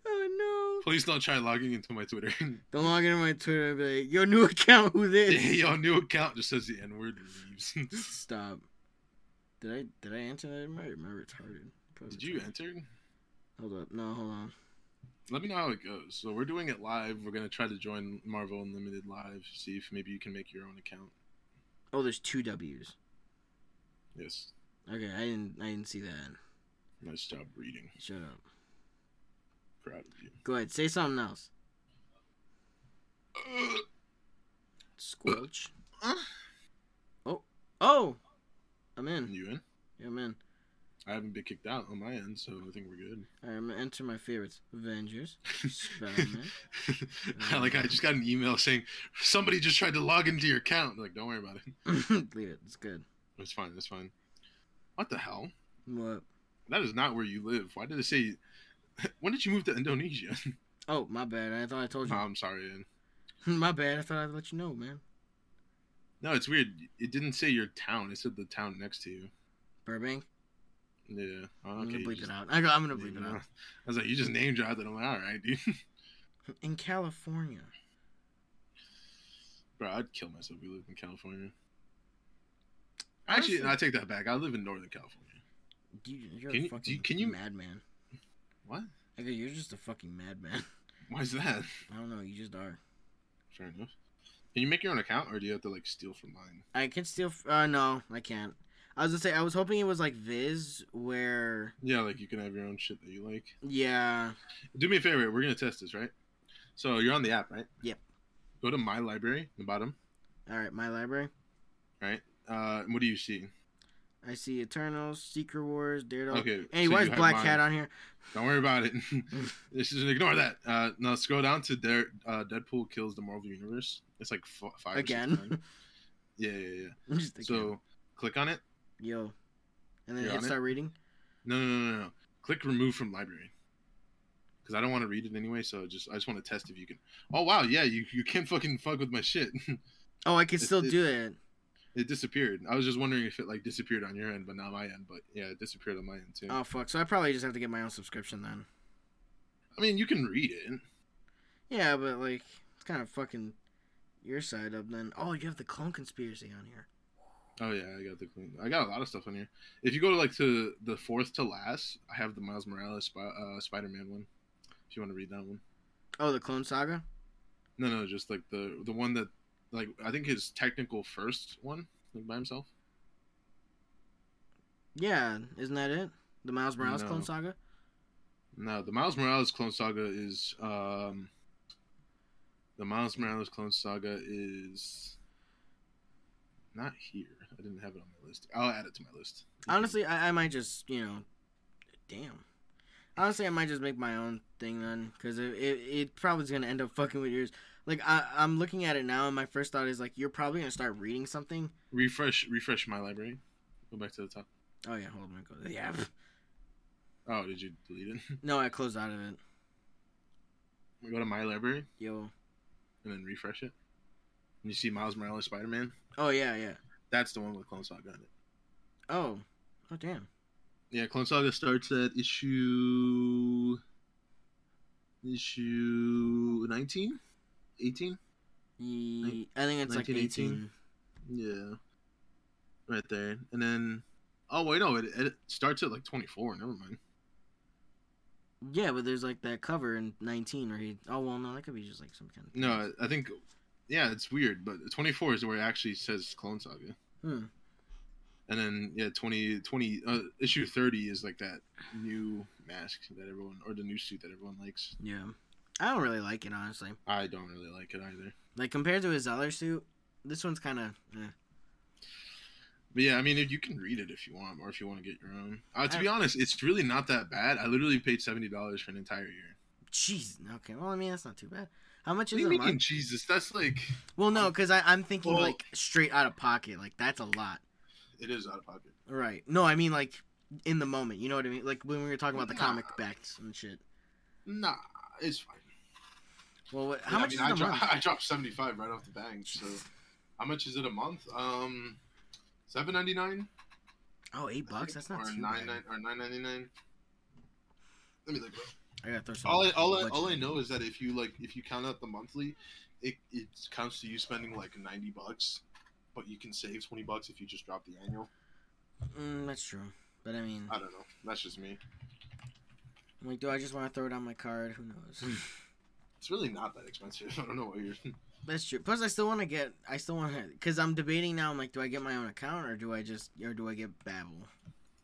Oh no!
Please don't try logging into my Twitter.
Don't log into my Twitter and be like, "Your new account, who this?"
Your new account just says the N word and leaves.
Stop. Did I did I answer that? Am I, am I retarded? Probably
Did you
retarded.
enter?
Hold up. No, hold on.
Let me know how it goes. So we're doing it live. We're gonna try to join Marvel Unlimited live. See if maybe you can make your own account.
Oh, there's two W's.
Yes.
Okay, I didn't I didn't see that.
Nice job reading.
Shut up.
Proud of you.
Go ahead. Say something else. Squelch. Oh. Oh. I'm in.
You in?
Yeah, I'm in.
I haven't been kicked out on my end, so I think we're good.
All right, I'm gonna enter my favorites: Avengers, Spider-Man.
like I just got an email saying somebody just tried to log into your account. Like, don't worry about it.
Leave it. It's good.
It's fine. It's fine. What the hell?
What?
That is not where you live. Why did it say? When did you move to Indonesia?
Oh, my bad. I thought I told
No,
you.
I'm sorry. Ian.
my bad. I thought I'd let you know, man.
No, it's weird. It didn't say your town. It said the town next to you.
Burbank.
Yeah. Oh,
I'm
okay.
gonna
you
bleep
just-
it out. I go, I'm gonna
you
bleep it
know.
out.
I was like, you just name dropped it. I'm like, all right, dude.
In California.
Bro, I'd kill myself. if We lived in California. Actually, no, I take that back. I live in Northern California.
You, you're
Can
a
you-
fucking
do you- can you-
madman.
What?
I go, you're just a fucking madman.
Why is that?
I don't know, you just are.
Fair enough. Can you make your own account, or do you have to like steal from mine?
I can still. F- uh, no, I can't. I was gonna say, I was hoping it was like Viz, where.
Yeah, like you can have your own shit that you like.
Yeah.
Do me a favor. We're gonna test this, right? So you're on the app, right?
Yep.
Go to my library, the bottom,
All right, my library.
right? Uh, and what do you see?
I see Eternals, Secret Wars, Daredevil.
Okay,
Hey,
so
why
you
is
have
Black
mine.
Cat on here?
Don't worry about it. this is ignore that. Uh, now scroll down to Dare, uh, Deadpool kills the Marvel Universe. It's like f- five or six
Again.
times. Yeah, yeah,
Just the
yeah.
cat.
So click on it.
yo, and then
You're
hit
on it?
start reading.
No, no, no, no, no. Click remove from library. Because I don't want to read it anyway. So just I just want to test if you can. Oh wow, yeah, you you can't fucking fuck with my shit.
Oh, I can
It's-
still
it's-
do that.
it disappeared. I was just wondering if it like disappeared on your end, but not my end. But yeah, it disappeared on my end too.
Oh fuck! So I probably just have to get my own subscription then.
I mean, you can read it.
Yeah, but like it's kind of fucking your side up then. Oh, you have the clone conspiracy on here.
Oh yeah, I got the clean. I got a lot of stuff on here. If you go to like to the fourth to last, I have the Miles Morales Sp- uh, Spider-Man one. If you want to read that one.
Oh, the clone saga.
No, no, just like the the one that like I think his technical first one like by himself.
Yeah, isn't that it? The Miles Morales
No.
clone saga.
No, the Miles Morales Clone Saga is um the Miles Morales Clone Saga is not here. I didn't have it on my list. I'll add it to my list.
Honestly, I, I might just you know, damn. Honestly, I might just make my own thing then, because it, it it probably is gonna end up fucking with yours. Like I I'm looking at it now, and my first thought is like you're probably gonna start reading something.
refresh refresh my library. Go back to the top.
Oh yeah, hold on, go. Yeah,
Oh, did you delete it?
no, I closed out of it.
We go to my library
Yo.
and then refresh it. And you see Miles Morales Spider Man.
Oh yeah, yeah.
That's the one with Clone Saga in it.
Oh, oh damn.
Yeah, Clone Saga starts at issue issue 19? 18?
Ye- I think it's like
1918.
18.
Yeah. Right there. And then Oh wait, no, it, it starts at like 24. Never mind.
Yeah, but there's like that cover in 19 where he. Oh well, no, that could be just like some kind of.
No, I think yeah, it's weird, but 24 is where it actually says Clone Saga.
Hmm.
And then yeah, 20 20 uh, issue 30 is like that new mask that everyone or the new suit that everyone likes.
Yeah, I don't really like it honestly.
I don't really like it either.
Like compared to his other suit, this one's kind of. Eh.
But yeah, I mean, if you can read it if you want, or if you want to get your own. Uh, to
I-
be honest, it's really not that bad. I literally paid seventy dollars for an entire year.
Jeez. Okay. Well, I mean that's not too bad. How much
What do
is
you
it a
mean,
month?
Jesus? That's like
Well, no, because I'm thinking
Well-
like straight out of pocket. Like that's a lot.
it is out of pocket.
Right. No, I mean like in the moment. You know what I mean? Like when we were talking about the
Nah.
comic backs and shit.
Nah, it's fine.
Well, what,
Yeah,
how much is
I, mean,
it
I,
a
dro-
month?
I uh, dropped seventy five right off the bank. So, how much is it a month? Um, seven ninety nine.
Oh, eight bucks. That's not
or
too bad.
nine nine or nine ninety nine. Let me look. bro.
I gotta throw some.
All I all I,
budget
all I
in.
know is that if you like if you count out the monthly, it it counts to you spending like ninety bucks, but you can save twenty bucks if you just drop the annual.
Mm, that's true. But I mean,
I don't know. That's just me.
I'm like, do I just want to throw it on my card? Who knows?
It's really not that expensive. I don't know what you're.
That's true. Plus, I still want to get. I still want to because I'm debating now. I'm like, do I get my own account or do I just or do I get Babbel?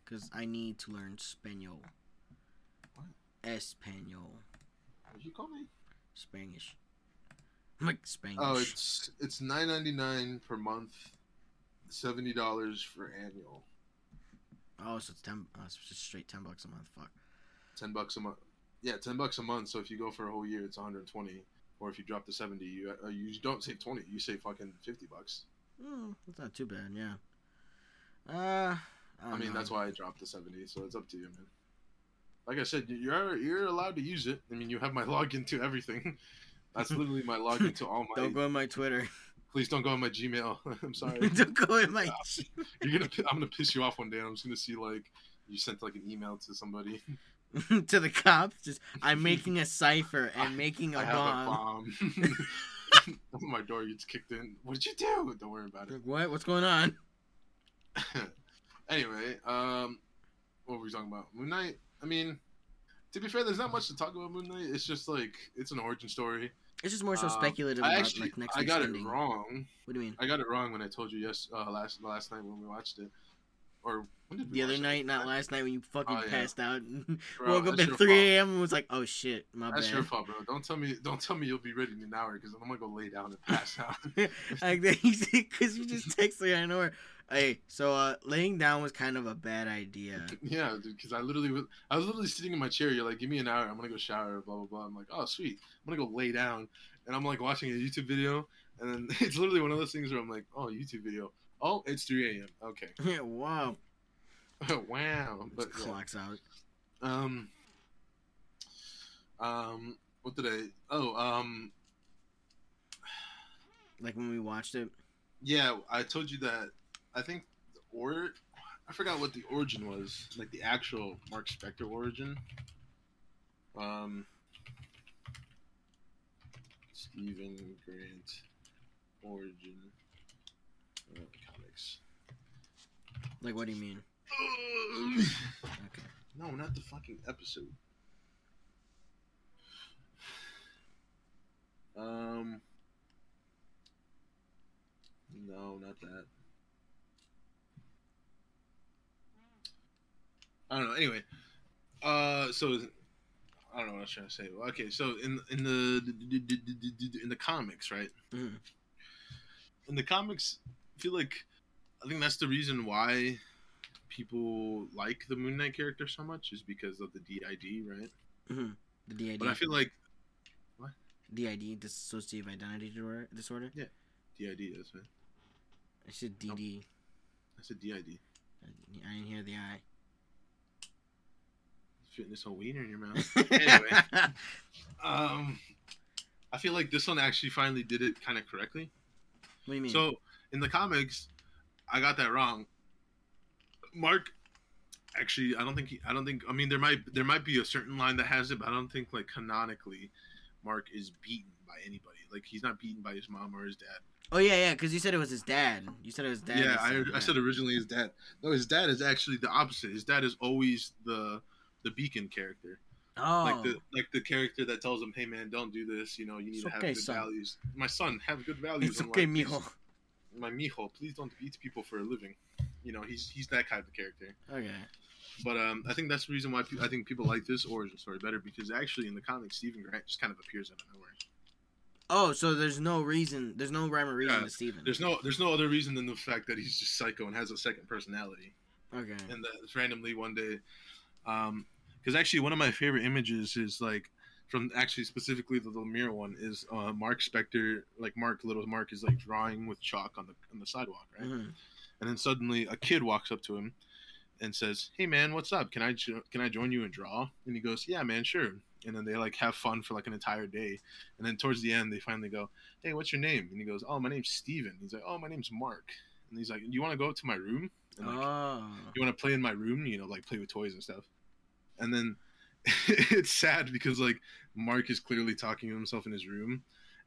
Because I need to learn Spaniel.
What?
Espanol,
What you call me?
Spanish. I'm like Spanish.
Oh, it's it's nine ninety nine per month, seventy dollars for annual,
Oh, so it's ten. Oh, it's just straight ten bucks a month. Fuck.
ten bucks a month. Yeah, ten bucks a month. So if you go for a whole year, it's one hundred twenty. Or if you drop the seventy, you uh, you don't save twenty. You save fucking fifty bucks.
Mm, that's not too bad. Yeah. Uh, I,
I mean, that's why I dropped the 70, so it's up to you, man. Like I said, you- you're you're allowed to use it. I mean, you have my login to everything. That's literally my login to all my.
Don't go in my Twitter.
Please don't go on my Gmail. I'm sorry.
Don't go in my.
You're gonna. I'm gonna piss you off one day. I'm just gonna see like you sent like an email to somebody.
to the cops. Just I'm making a cipher and making a
I have
bomb.
a bomb. my door gets kicked in. What did you do? Don't worry about it.
Like, what? What's going on?
anyway, um, what were we talking about? Moon Knight. I mean, to be fair, there's not much to talk about Moon Knight. It's just like it's an origin story.
It's just more so
Um,
speculative
I
about
actually
like next
I
week's
got
ending.
it wrong.
What do you mean?
I got it wrong when I told you yes uh, last last night when we watched it. or when did we
The other
watch that?
night, not last night, when you fucking
Oh, yeah.
passed out and
Bro,
woke up
that's
at
your
3
fault.
a.m. and was like, oh shit, my
That's your
bad.
fault, bro. Don't tell me. Don't tell me you'll be ready in an hour because I'm gonna go lay down and pass out.
like that, because you just texted me, I know her. Hey, so uh, laying down was kind of a bad idea.
yeah, dude. Because I literally, was, I was literally sitting in my chair. You're like, give me an hour. I'm gonna go shower. Blah blah blah. I'm like, oh sweet. I'm gonna go lay down, and I'm like watching a YouTube video, and then it's literally one of those things where I'm like, oh YouTube video. Oh, it's 3 a.m. Okay.
Yeah, wow.
wow.
This
Oh, But yeah.
clocks out.
Um. Um. What did I? Oh. Um.
Like when we watched it.
Yeah, I told you that. I think, the or I forgot what the origin was, like the actual Mark Spector origin. Um. Stephen Grant origin uh, comics.
Like, what do you mean? Okay.
No, not the fucking episode. Um. No, not that. I don't know. Anyway, uh, so I don't know what I was trying to say. Okay, so in in the in the comics, right?
Mhm.
In the comics, I feel like I think that's the reason why people like the Moon Knight character so much is because of the DID, right?
Mhm. The DID.
But I feel like
DID, dissociative identity disorder. disorder.
DID, that's right.
I said DD.
I said DID.
I I didn't hear the I.
Fitting this whole wiener in your mouth. Anyway. um, I feel like this one actually finally did it kind of correctly.
what do you mean?
So in the comics, I got that wrong. Mark, actually, I don't think he, I don't think I mean there might there might be a certain line that has it, but I don't think like canonically, Mark is beaten by anybody. Like he's not beaten by his mom or his dad.
oh yeah, yeah. Because you said it was his dad. You said it was dad.
yeah,
that
I, I
that.
said originally his dad. No, his dad is actually the opposite. His dad is always the the beacon character,
Oh.
like the like the character that tells him, "Hey man, don't do this. You know, you need
It's
to have
okay,
good
son.
values. My son, have good values.
it's
I'm
okay,
like,
mijo.
my mijo, please don't beat people for a living. You know, he's he's that kind of character.
Okay.
But um, I think that's the reason why pe- I think people like this origin story better because actually in the comics, Stephen Grant just kind of appears out of nowhere.
Oh, so there's no reason. There's no rhyme or reason
Yeah,
to Steven.
There's no there's no other reason than the fact that he's just psycho and has a second personality.
Okay.
and that randomly one day um because actually one of my favorite images is like from actually specifically the little mirror one is uh mark spector like mark little mark is like drawing with chalk on the on the sidewalk right
Mhm.
and then suddenly a kid walks up to him and says hey man what's up can i jo- can i join you and draw and he goes yeah man sure and then they like have fun for like an entire day and then towards the end they finally go hey what's your name and he goes oh my name's steven he's like oh my name's mark and he's like you want to go up to my room and like
Oh.
you want to play in my room, you know, like play with toys and stuff. And then it's sad because like Mark is clearly talking to himself in his room,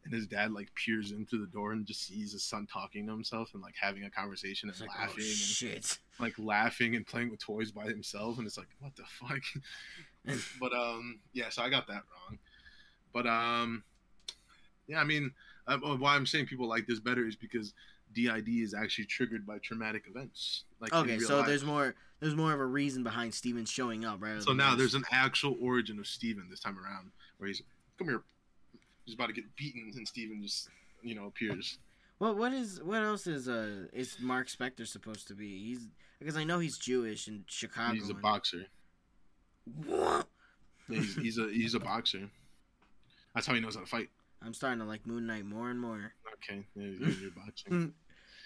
and his dad like peers in through the door and just sees his son talking to himself and like having a conversation and
It's like, oh,
laughing and
shit.
like laughing and playing with toys by himself, and it's like what the fuck. but um, yeah, so I got that wrong. But um, yeah, I mean, I, why I'm saying people like this better is because DID is actually triggered by traumatic events. Like in
Okay,
real
so
life.
there's more. There's more of a reason behind Steven showing up, right?
So now there's an actual origin of Steven this time around, where he's come here, he's about to get beaten, and Steven just you know appears.
What what is what else is uh is Mark Spector supposed to be? He's because I know he's Jewish in Chicago.
He's a
and-
boxer.
What?
Yeah, He's, he's a he's a boxer. That's how he knows how to fight.
I'm starting to like Moon Knight more and more.
Okay, yeah, you're, you're boxing.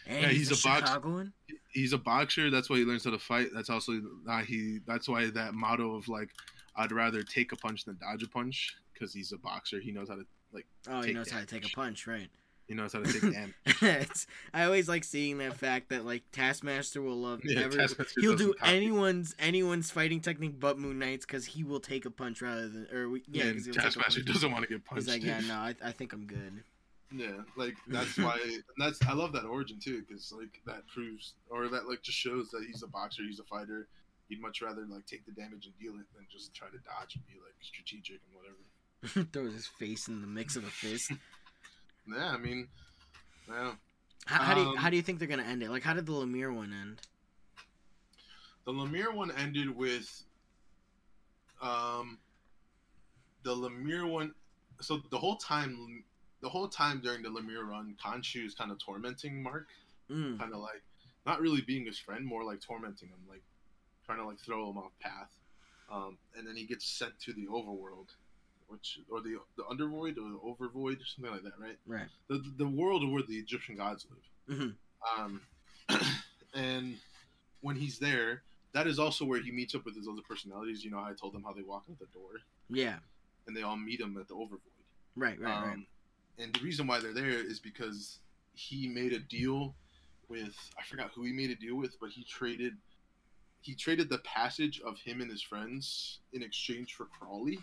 And
Yeah,
he's,
he's
a,
a box-
Chicagoan.
He's a boxer. That's why he learns how to fight. That's also uh, he. That's why that motto of like, I'd rather take a punch than dodge a punch, because he's a boxer. He knows how to like
Oh, he
Take
knows how to take a
damage.
punch, right?
he knows how to take damage.
it's, I always like seeing that fact that like Taskmaster will love
Yeah,
every.
Taskmaster
he'll
doesn't
do
copy.
anyone's anyone's fighting technique but Moon Knight's because he will take a punch rather than or we, yeah.
and
'cause he'll take a
Taskmaster
punch.
doesn't want to get punched.
He's like, yeah, no, I, I think I'm good.
Yeah, like that's why that's I love that origin too because like that proves or that like just shows that he's a boxer, he's a fighter. He'd much rather like take the damage and deal it than just try to dodge and be like strategic and whatever.
Throws his face in the mix of a fist.
Yeah, I mean, yeah.
How, how do you,
Um,
how do you think they're gonna end it? Like, how did the Lemire one end?
The Lemire one ended with, um, the Lemire one. So the whole time, the whole time during the Lemire run, Khonshu is kind of tormenting Mark,
Mm.
kind of like not really being his friend, more like tormenting him, like trying to like throw him off path. Um, and then he gets sent to the overworld, which or the the undervoid or the overvoid, something like that, right?
Right.
the the world where the Egyptian gods live.
Mhm.
Um, and when he's there, that is also where he meets up with his other personalities. You know, I told them how they walk out the door,
Yeah.
and they all meet him at the Overvoid.
Right. Right. right.
Um, and the reason why they're there is because he made a deal with I forgot who he made a deal with, but he traded he traded the passage of him and his friends in exchange for Crawley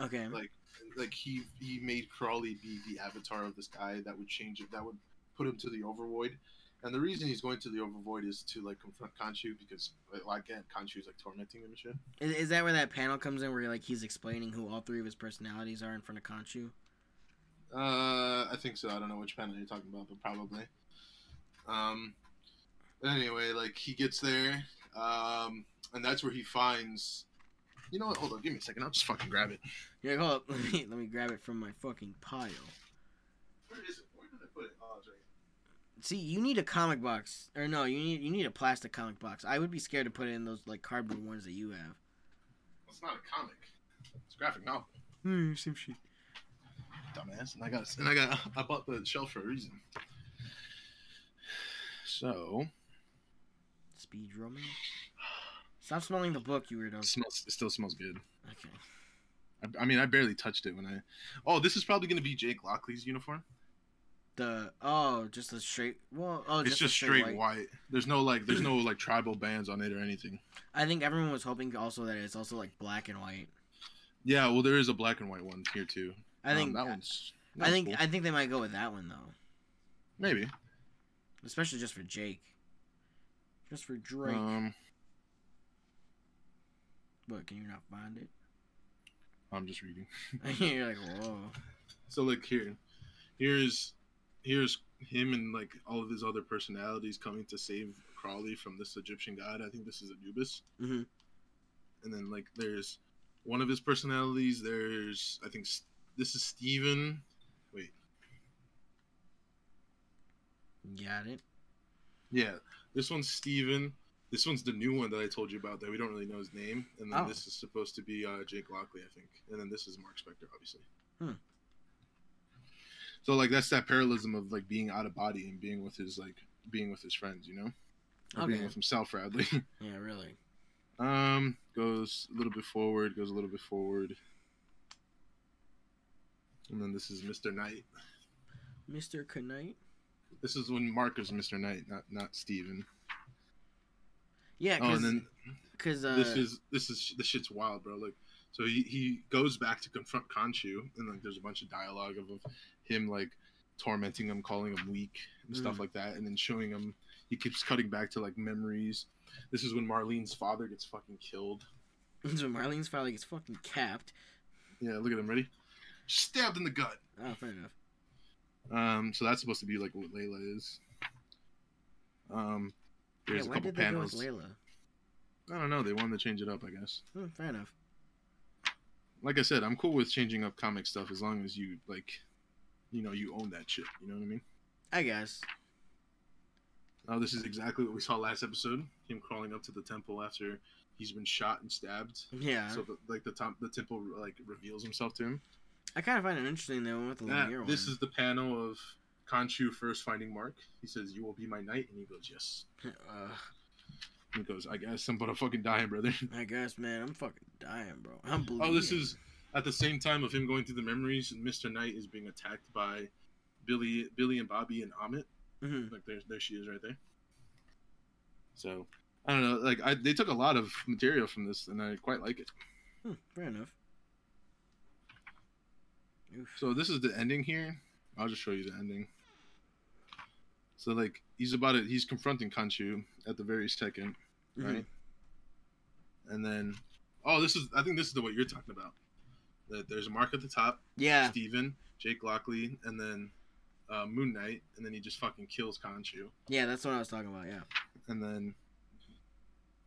Okay.
like- like he he made Crawley be the avatar of this guy that would change it that would put him to the overvoid. And the reason he's going to the overvoid is to like confront Kanchu because well, again Kanchu's like tormenting him and shit.
Is, is that where that panel comes in, where like he's explaining who all three of his personalities are in front of Conchu?
Uh I think so. I don't know which panel you're talking about, but probably. Um but anyway, like he gets there, um and that's where he finds you know what, hold on, give me a second, I'll just fucking grab it.
You're like, hold up, let me, let me grab it from my fucking pile.
Where is it? Where did I put it? Oh, it's right here.
See, you need a comic box, or no, you need you need a plastic comic box. I would be scared to put it in those like cardboard ones that you have.
It's not a comic. It's a graphic novel.
Hmm, same shit.
dumbass. And I got and I got I bought the shelf for a reason. So
Speed romance. Stop smelling the book, you
it
weirdo.
smells. It still smells good.
Okay.
I, I mean, I barely touched it when I. Oh, this is probably gonna be Jake Lockley's uniform.
The oh, just a straight. Well, oh,
it's
a
just straight white. There's no like. There's no like tribal bands on it or anything.
I think everyone was hoping also that it's also like black and white.
Yeah. Well, there is a black and white one here too.
I
Um,
think
that one's. that
I
one's
think
cool.
I think they might go with that one though,
maybe.
especially just for Jake, just for Drake.
Um,
What can you not find it?
I'm just reading.
You're like whoa.
So like here, here's here's him and like all of his other personalities coming to save Crawley from this Egyptian god. I think this is Anubis.
Mhm.
And then like there's one of his personalities. There's I think S- this is Steven.
Got it.
Yeah, this one's Steven. This one's the new one that I told you about that we don't really know his name. And then
Oh.
this is supposed to be uh, Jake Lockley, I think. And then this is Mark Spector, obviously.
Hmm.
So like that's that parallelism of like being out of body and being with his like being with his friends, you know, or
Okay.
being with himself, Radley.
Yeah, really.
um, goes a little bit forward, goes a little bit forward, and then this is Mister Knight.
Mr. Knight.
This is when Mark is Mister Knight, not not Steven.
Yeah,
Oh,
cause,
and then
cause uh,
this is this is this shit's wild, bro. Like, so he he goes back to confront Kanchu, and like there's a bunch of dialogue of, of him like tormenting him, calling him weak and stuff
Mm.
like that, and then showing him. He keeps cutting back to like memories. This is when Marlene's father gets fucking killed.
so Marlene's finally gets fucking capped.
Yeah, look at him. Ready? Stabbed in the gut.
Oh, fair enough.
Um, so that's supposed to be like what Layla is. Um, there's
yeah,
a
why
couple
did they
panels.
go with Layla?
I don't know. They wanted to change it up, I guess.
Hmm, fair enough.
like I said, I'm cool with changing up comic stuff as long as you like, you know, you own that shit. You know what I mean?
I guess.
Oh, this is exactly what we saw last episode. Him crawling up to the temple after he's been shot and stabbed.
Yeah.
So the, like the top, the temple like reveals himself to him.
I kind of find it interesting they went with the
That-
Lumiere one.
this is the panel of Kanchu first finding Mark. He says, "You will be my knight," and he goes, "Yes."
Ugh,
And he goes, "I guess I'm but a fucking dying brother."
I guess, man, I'm fucking dying, bro. I'm bleeding.
Oh, this is at the same time of him going through the memories. Mr. Knight is being attacked by Billy, Billy and Bobby and Amit.
hmm
Like there, there she is right there. So I don't know. Like I, they took a lot of material from this, and I quite like it.
Hmm, fair enough. Oof.
So this is the ending here. I'll just show you the ending. So like he's about it. He's confronting Kanchu at the very 2nd
Mhm.
right? And then, oh, this is. I think this is the what you're talking about. That there's a mark at the top.
Yeah.
Steven, Jake Lockley, and then uh, Moon Knight, and then he just fucking kills Kanchu.
Yeah, that's what I was talking about. Yeah.
and then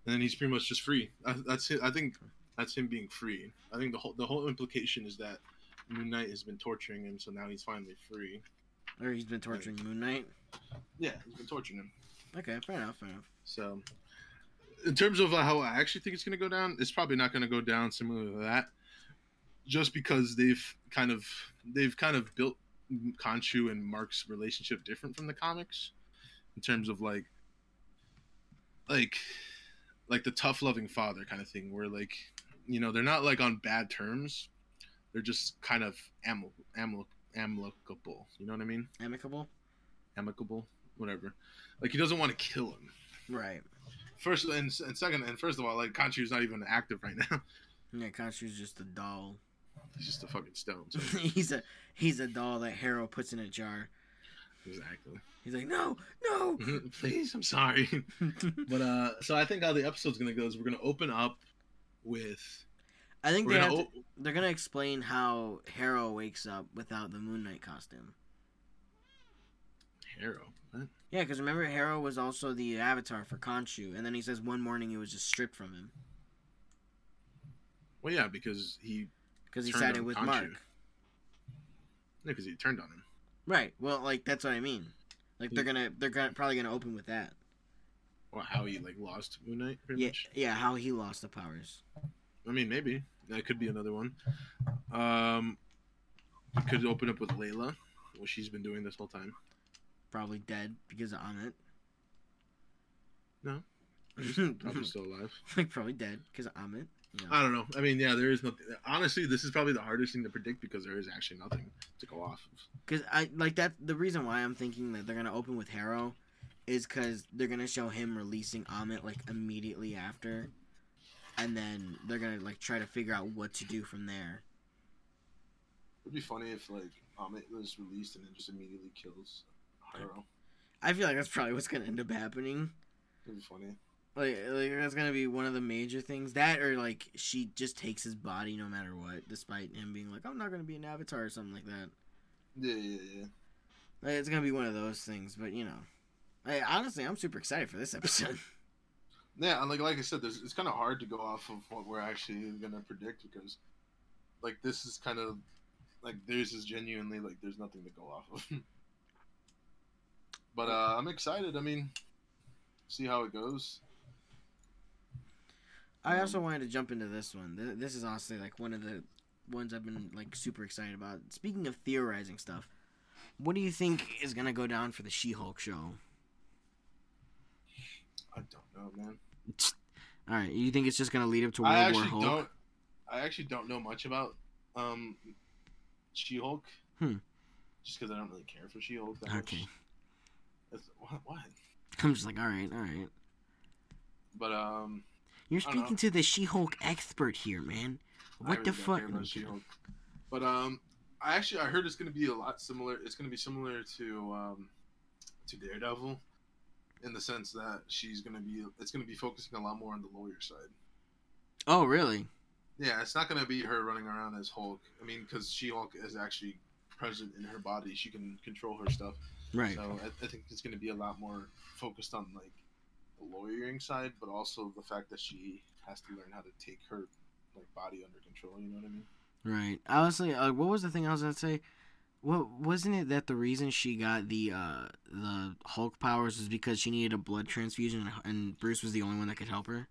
and then he's pretty much just free. I, that's it. I think that's him being free. I think the whole the whole implication is that Moon Knight has been torturing him, so now he's finally free.
Or he's been torturing Moon Knight.
Yeah, he's been torturing him.
Okay, fair enough, fair enough.
So, in terms of uh, how I actually think it's going to go down, it's probably not going to go down similar to that, just because they've kind of they've kind of built Conchu and Mark's relationship different from the comics, in terms of like, like, like the tough loving father kind of thing, where like, you know, they're not like on bad terms, they're just kind of amicable, amicable, amicable. You know what I mean?
Amicable?
Amicable, whatever. Like he doesn't want to kill him.
Right.
First and, and second and first of all, like Conchu's not even active right now.
Yeah, Khonshu's just a doll.
He's just a fucking stone. So
he's a he's a doll that Harrow puts in a jar.
exactly.
He's like, No, no
Mm-hmm. Please, I'm sorry. But uh, so I think how the episode's gonna go is we're gonna open up with
I think
we're
they
gonna
have to,
o-
they're gonna explain how Harrow wakes up without the Moon Knight costume.
Harrow. What?
Yeah, because remember Harrow was also the avatar for Khonshu, and then he says one morning it was just stripped from him
Well, yeah, because he
because he
Turned
sided
on
with
Khonshu.
Mark.
because he turned on him.
Right. Well, like that's what I mean. Like they're gonna they're gonna, probably gonna open with that.
Well, how he like lost Moon Knight, pretty
Yeah,
much.
yeah. How he lost the powers.
I mean, maybe that could be another one. Um, we could open up with Layla, what she's been doing this whole time.
Probably dead because of Amit.
No. Probably still alive.
like probably dead because of Amit. You know.
I don't know. I mean, yeah, there is nothing. Honestly, this is probably the hardest thing to predict because there is actually nothing to go off of.
Cause I like that. The reason why I'm thinking that they're gonna open with Harrow is because they're gonna show him releasing Amit like immediately after, and then they're gonna like try to figure out what to do from there.
It'd be funny if like Amit was released and then just immediately kills Hiro.
I feel like that's probably what's gonna end up happening.
It'd be funny.
Like, like that's gonna be one of the major things. That or like she just takes his body no matter what, despite him being like, I'm not gonna be an avatar or something like that.
Yeah, yeah, yeah.
Like, it's gonna be one of those things. But you know, I, honestly, I'm super excited for this episode.
Yeah, and like like I said, there's, it's kind of hard to go off of what we're actually gonna predict because, like, this is kind of like theirs is genuinely like there's nothing to go off of. but uh, I'm excited. I mean, see how it goes.
I also
Um,
wanted to jump into this one. Th- This is honestly like one of the ones I've been like super excited about. Speaking of theorizing stuff, what do you think is gonna go down for the She-Hulk show?
I don't know, man.
All right, you think it's just gonna lead up to World
I
War
actually
Hulk?
don't. I actually don't know much about um, She Hulk.
Hmm.
Just because I don't really care for She Hulk.
Okay.
It's, what, what?
I'm just like, all right, all right.
But um,
You're
I don't
speaking to the She-Hulk expert here, man.
I
What
really
the
don't
fuck?
care about She-Hulk. But um, I actually I heard it's gonna be a lot similar. It's gonna be similar to um, to Daredevil, in the sense that she's gonna be. It's gonna be focusing a lot more on the lawyer side.
Oh, really?
Yeah, it's not gonna be her running around as Hulk. I mean, because She Hulk is actually present in her body. She can control her stuff.
Right.
So I, I think it's going to be a lot more focused on like the lawyering side, but also the fact that she has to learn how to take her like body under control. You know what I mean?
Right. Honestly, uh, what was the thing I was gonna say? What wasn't it that the reason she got the uh, the Hulk powers was because she needed a blood transfusion and, and Bruce was the only one that could help her?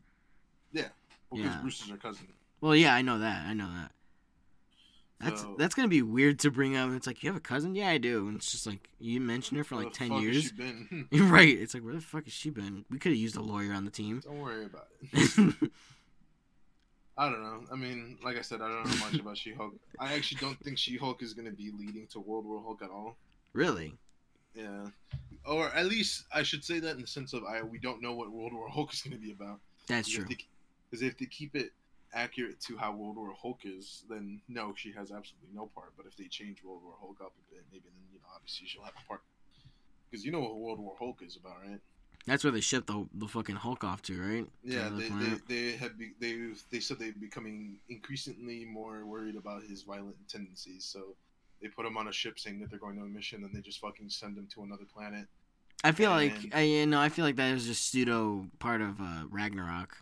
Well, because
Yeah.
Bruce is her cousin.
Well, yeah, I know that. I know that. That's
So-
that's gonna be weird to bring up. It's like you have a cousin, yeah, I do, and it's just like you mentioned her for
Where
like
the
ten
fuck has
years.
she been?
right. It's like where the fuck has she been? We could have used a lawyer on the team.
don't worry about it. I don't know. I mean, like I said, I don't know much about She Hulk. I actually don't think She Hulk is going to be leading to World War Hulk at all.
really?
Yeah, or at least I should say that in the sense of I we don't know what World War Hulk is going to be about.
That's true.
Because if they keep it accurate to how World War Hulk is, then no, she has absolutely no part. But if they change World War Hulk up a bit, maybe then you know obviously she'll have a part. Because you know what World War Hulk is about, right?
That's where they shipped the the fucking Hulk off to, right? To
Yeah,
another
they,
planet.
they they have be, they they said they're becoming increasingly more worried about his violent tendencies, so. They put him on a ship saying that they're going on a mission, and they just fucking send him to another planet.
I feel like
And-
I you know I feel like that was just pseudo part of uh, Ragnarok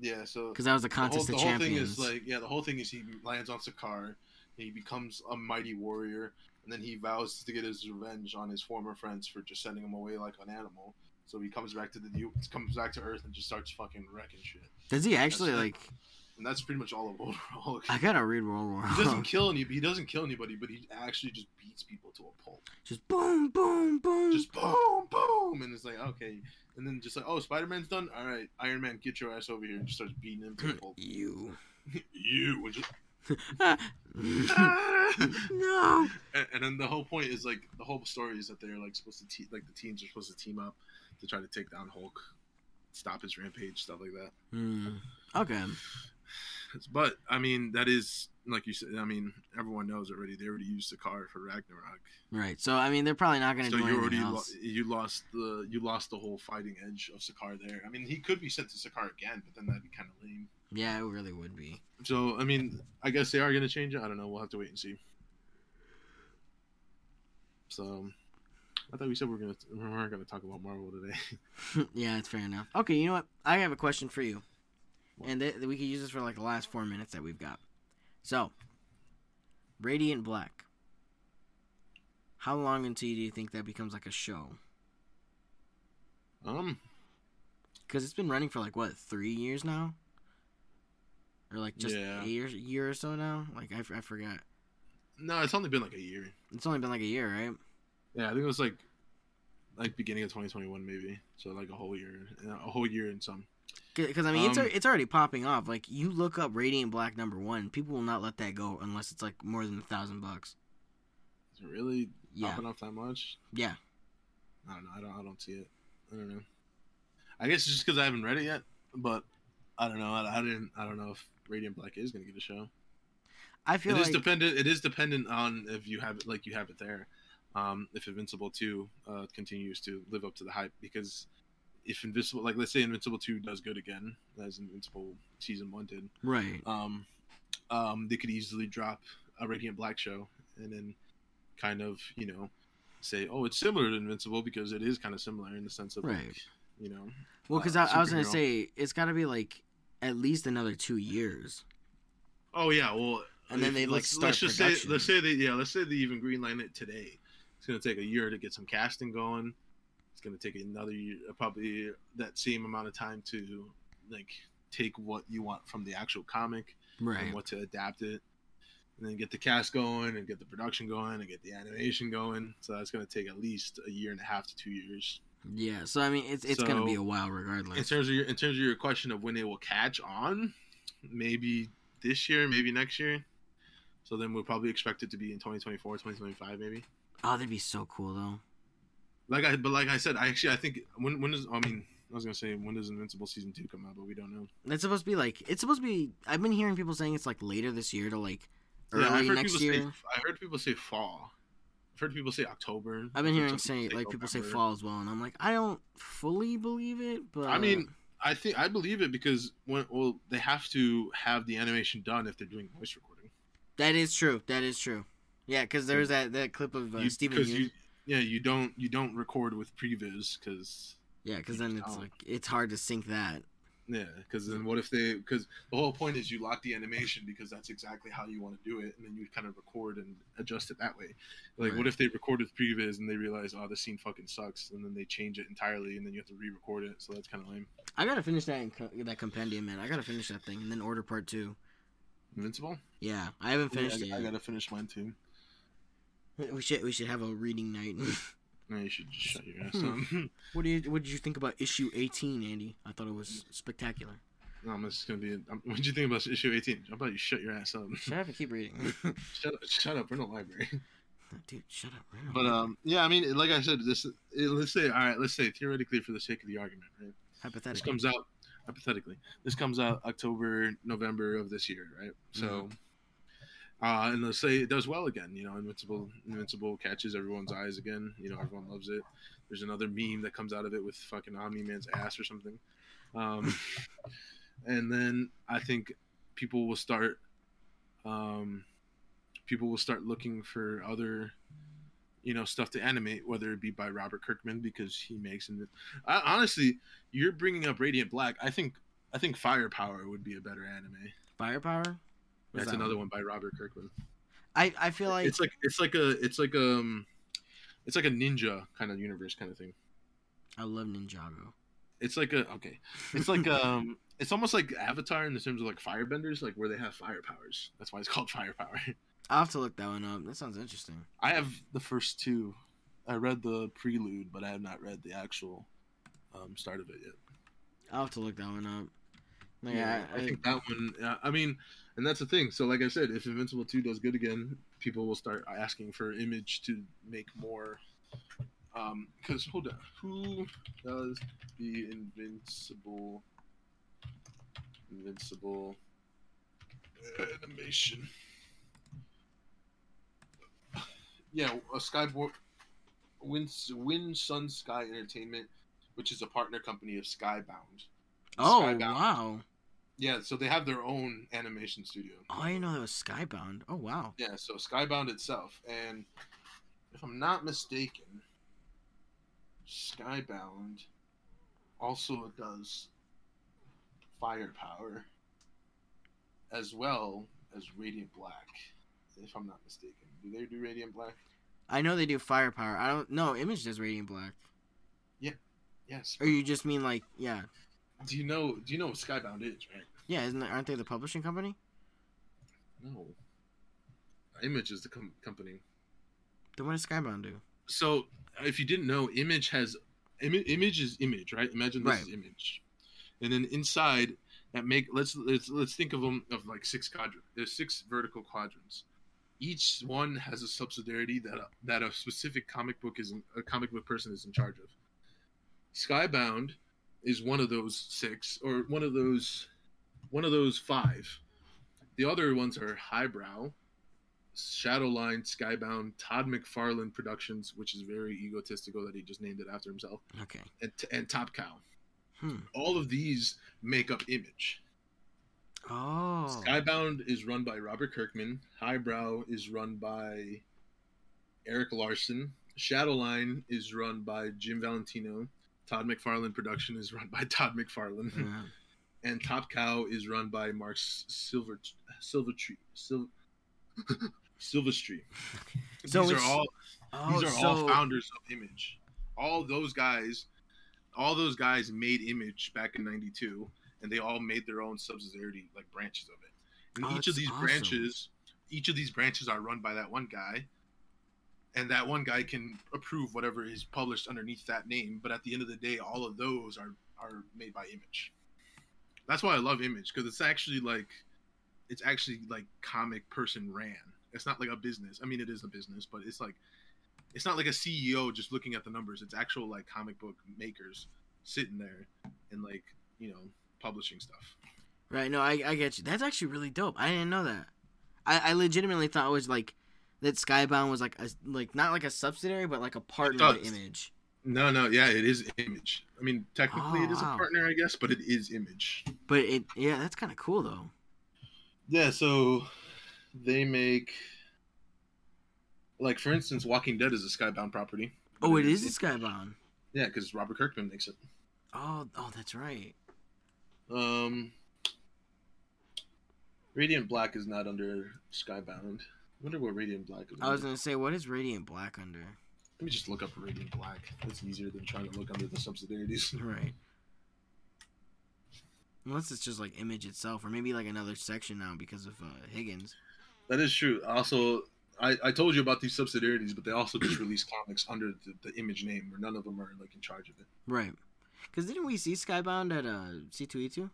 Yeah, so
because that was a
the whole,
contest
the
of
whole thing
champions.
is like yeah, the whole thing is he lands on Sakaar, and he becomes a mighty warrior, and then he vows to get his revenge on his former friends for just sending him away like an animal. So he comes back to the U- comes back to Earth and just starts fucking wrecking shit.
Does he actually
the-
like?
And that's pretty much all of World War Hulk.
I gotta read World War.
He doesn't
Hulk.
kill any. He doesn't kill anybody, but he actually just beats people to a pulp.
Just boom, boom, boom.
Just boom, boom, and it's like okay, and then just like oh, Spider Man's done. All right, Iron Man, get your ass over here, and just starts beating him to a pulp.
you. Ah.
you and just
no.
and, and then the whole point is like the whole story is that they're like supposed to te- like the teams are supposed to team up to try to take down Hulk, stop his rampage, stuff like that.
Hmm. Okay.
But I mean, that is like you said. I mean, everyone knows already. They already used Sakaar for Ragnarok,
Right. So I mean, they're probably not gonna
so
do
you
anything
already lo-
else.
you lost the you lost the whole fighting edge of Sakaar there. I mean, he could be sent to Sakaar again, but then that'd be kind of lame.
yeah, it really would be.
So I mean, I guess they are gonna change it. I don't know. We'll have to wait and see. So, I thought we said we are gonna we weren't gonna talk about Marvel today.
yeah, that's fair enough. Okay, you know what? I have a question for you,
What?
and th- we could use this for like the last four minutes that we've got. So, Radiant Black. How long until do you think that becomes like a show?
Um,
Because it's been running for like what three years now, or like just
Yeah.
a year, year or so now. Like I, f- I forgot.
no, it's only been like a year.
It's only been like a year, right?
Yeah, I think it was like like beginning of 2021 maybe. So like a whole year, a whole year and some.
Because I mean, it's
Um,
al- it's already popping off. Like you look up Radiant Black number one, people will not let that go unless it's like more than a thousand bucks.
Is it really
Yeah,
popping off that much?
yeah.
I don't know. I don't. I don't see it. I don't know. I guess it's just because I haven't read it yet. But I don't know. I, I didn't. I don't know if Radiant Black is gonna get a show.
I
It
feel
is
like
dependent. It is dependent on if you have it, like you have it there. Um, if Invincible Two uh, continues to live up to the hype, because if Invincible, like let's say Invincible Two does good again, as Invincible Season One did,
right.
um, um, they could easily drop a Radiant Black show and then kind of, you know, say, oh, it's similar to Invincible because it is kind of similar in the sense of, like,
Right.
you know,
Well, because
uh,
I, I was gonna
superhero.
say it's got to be like at least another two years,
oh yeah, well,
and then
if-
they like
let's,
start
let's just
production.
say let's say they yeah, let's say they even greenline it today. It's gonna take a year to get some casting going. It's gonna take another year, uh, probably that same amount of time to like take what you want from the actual comic
right,
and what to adapt it, and then get the cast going and get the production going and get the animation going. So that's going to take at least a year and a half to two years.
yeah. So I mean, it's it's gonna be
So-
a while
In
regardless.
terms of your in terms of your question of when they will catch on, maybe this year, maybe next year. So then we'll probably expect it to be in 2024, 2025 maybe.
Oh, that'd be so cool though.
Like I but like I said, I actually I think when when does I mean I was gonna say when does Invincible season two come out, but we don't know.
That's supposed to be like it's supposed to be. I've been hearing people saying it's like later this year to like
Yeah, I've
early
heard
next year.
people Say, I heard people say fall. I've heard people say October.
I've been
heard
hearing
some
say like people say
November.
fall as well, and I'm like I don't fully believe it, but
I mean, I think I believe it because when well they have to have the animation done if they're doing voice recording.
that is true. That is true. Yeah, because there was that that clip of uh,
You-
Stephen.
'cause
Yeun-
you- yeah, you don't you don't record with previs because
yeah, because
you
then
just
it's
don't.
like it's hard to sync that.
yeah because then what if they because the whole point is you lock the animation because that's exactly how you want to do it and then you kind of record and adjust it that way. Like
Right.
what if they record with previs and they realize oh the scene fucking sucks and then they change it entirely and then you have to re-record it so that's kind of lame.
I gotta finish that in co- that compendium, man. I gotta finish that thing and then order part two.
Invincible.
Yeah, I haven't finished
Yeah, I, I
it. Yet.
gotta finish mine too.
We should we should have a reading night.
No, you should just shut your ass
Hmm.
up.
what do you what did you think about issue eighteen, Andy? I thought it was spectacular.
No, I'm just gonna be. I'm, what'd you think about issue 18? How about you shut your ass up?
Shut up and keep reading,
shut up! Shut up! We're in a library.
dude. Shut up. right?
But um, yeah, I mean, like I said, this. Let's say, all right, let's say theoretically, for the sake of the argument, right? This
hypothetical.
comes out hypothetically. This comes out October, November of this year, right? So, uh, and let's say it does well again. You know, Invincible, Invincible catches everyone's eyes again. You know, everyone loves it. There's another meme that comes out of it with fucking Omni Man's ass or something. Um, and then I think people will start, um, people will start looking for other you know, stuff to animate, whether it be by Robert Kirkman because he makes and I, honestly, you're bringing up Radiant Black. I think I think Firepower would be a better anime.
Firepower. What's
That's
that
another one by Robert Kirkman.
I I feel like
it's like it's like a it's like um it's like a ninja kind of universe kind of thing.
I love Ninjago.
It's like a okay. It's like um it's almost like Avatar in the terms of like firebenders, like where they have fire powers. That's why it's called firepower.
I'll have to look that one up. That sounds interesting.
I have the first two. I read the prelude, but I have not read the actual um, start of it yet.
I'll have to look that one up. Like,
I, think that one. Uh, I mean, and that's the thing. So, like I said, if Invincible Two does good again, people will start asking for Image to make more. Um, because hold on, who does the Invincible? Invincible animation. Yeah, a Skyboard. Win, Win Sun Sky Entertainment, which is a partner company of Skybound.
oh
Skybound
wow!
yeah, so they have their own animation studio.
Oh, I didn't know that was Skybound. Oh wow!
Yeah, so Skybound itself, and if I'm not mistaken, Skybound also does Firepower as well as Radiant Black. If I'm not mistaken, do they do Radiant Black?
I know they do Firepower. I don't know. Image does Radiant Black.
Yes.
Or you just mean like yeah,
Do you know? Do you know what Skybound is? Right?
yeah? Isn't that, aren't they the publishing company?
No. Image is the com- company.
Then what does Skybound do?
so if you didn't know image has Im- image is image right imagine this is
Right.
image and then inside that make let's let's let's think of them of like six quadrants there's six vertical quadrants each one has a subsidiarity that a, that a specific comic book is in, a comic book person is in charge of skybound is one of those six or one of those one of those five the other ones are highbrow Shadowline, Skybound, Todd McFarlane Productions, which is very egotistical that he just named it after himself,
Okay.
and, and Top Cow.
Hmm.
All of these make up Image.
Oh.
Skybound is run by Robert Kirkman. Highbrow is run by Eric Larson. Shadowline is run by Jim Valentino. Todd McFarlane Production is run by Todd McFarlane.
Yeah.
and Top Cow is run by Mark S- Silver Silvertree Sil- Silvertree.
So
these are
it's-
all
Oh,
these are
so
all founders of Image. All those guys, all those guys made Image back in '92, and they all made their own subsidiary like branches of it. And
Oh,
each
that's
of these
awesome.
branches, each of these branches are run by that one guy, and that one guy can approve whatever is published underneath that name. But at the end of the day, all of those are are made by Image. That's why I love Image because it's actually like, it's actually like comic person ran. It's not like a business. I mean, it is a business, but it's like it's not like a CEO just looking at the numbers. It's actual like comic book makers sitting there and like you know publishing stuff.
right. No, I I get you. That's actually really dope. I didn't know that. I, I legitimately thought it was like that. Skybound was like a like not like a subsidiary, but like a partner to
does.
Image.
No, no, yeah, it is image. I mean, technically
Oh,
it is
wow.
a partner, I guess, but it is image.
But it yeah, that's kind of cool though.
Yeah, so they make like for instance, Walking Dead is a Skybound property.
Oh, it is a Skybound.
Yeah, because Robert Kirkman makes it.
Oh, oh, that's right.
Um, Radiant Black is not under Skybound. I wonder what Radiant Black is.
I was
under.
gonna say, what is Radiant Black under?
Let me just look up Radiant Black. It's easier than trying to look under the subsidiaries.
Right. Unless it's just like Image itself, or maybe like another section now because of uh, Higgins.
That is true. Also, I, I told you about these subsidiaries, but they also just release comics under the, the image name, where none of them are like in charge of it.
Right. Because didn't we see Skybound at uh, C2E2?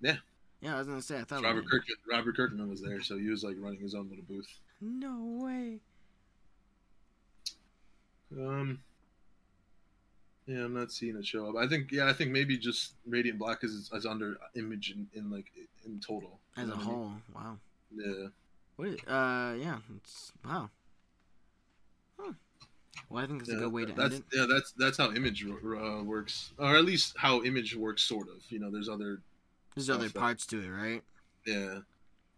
Yeah.
Yeah, I was gonna say I thought we
Robert
did.
Kirkman, Robert Kirkman was there, so he was like running his own little booth.
No way.
Um, yeah, I'm not seeing it show up. I think yeah, I think maybe just Radiant Black is, is under image in, in like in total You
As a
know what I mean?
whole, wow.
Yeah.
What? Is, uh, yeah. It's, wow. Hmm. Well, I think it's
yeah,
a good way to end
that's,
it.
Yeah, that's that's how image uh, works, or at least how image works, sort of. You know, there's other
There's other
that's that.
parts to it, right?
Yeah,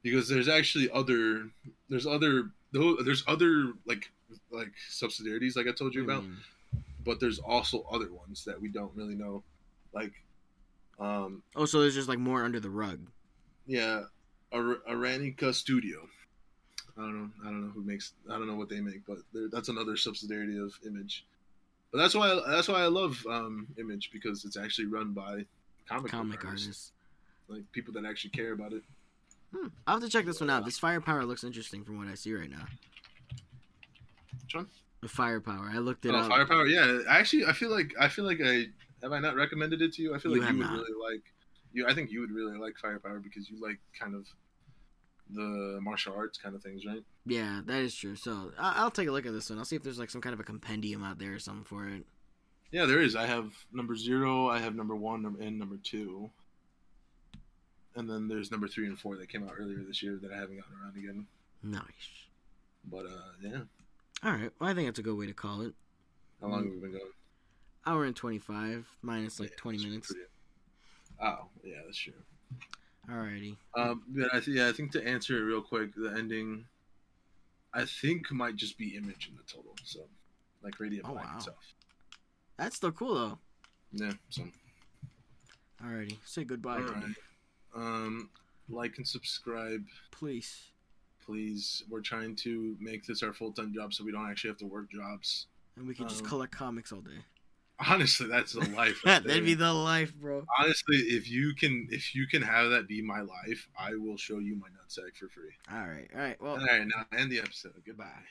because there's actually other there's other tho- there's other like like subsidiarities, like I told you
What do
about.
mean?
But there's also other ones that we don't really know. Like, um,
Oh, so there's just like more under the rug.
yeah, Ar- Aranica Studio. I don't know. I don't know who makes. I don't know what they make, but they're- that's another subsidiary of Image. But that's why. That's why I love um, Image because it's actually run by comic
Comic
book artists,
artists.
like people that actually care about it.
Hmm. I'll have to check this one out. This firepower looks interesting from what I see right now.
Which one?
The firepower. I looked it
Oh,
up.
Firepower. Yeah, actually, I feel like I feel like I have I not recommended it to you. I feel
You
like
have
you would
not.
really like you. I think you would really like Firepower because you like kind of the martial arts kind of things, right?
Yeah, that is true. So I- I'll take a look at this one. I'll see if there's like some kind of a compendium out there or something for it.
Yeah, there is. I have number zero. I have number one num- and number two. And then there's number three and four that came out earlier this year that I haven't gotten around again.
Nice.
But uh, yeah,
All right. Well, I think that's a good way to call it.
how long
Mm.
have we been going?
Hour and 25 minus like
Yeah,
20
it's
minutes.
pretty- Oh yeah, that's true.
Alrighty.
Um, yeah, I th- yeah, I think to answer it real quick, the ending, I think might just be image in the total. So, like Radiant
Oh,
Black
wow.
itself.
That's still cool though.
Yeah. So,
Alrighty. Say goodbye
all
to
right.
me,
Um, like and subscribe,
please.
please. We're trying to make this our full time job, so we don't actually have to work jobs.
And we could just
Um,
collect comics all day.
Honestly, that's the life. right
That'd be
there.
the life, bro.
Honestly, if you can, if you can have that be my life, I will show you my nutsack for free.
All right. All right. Well,
All right, now end the episode. Goodbye.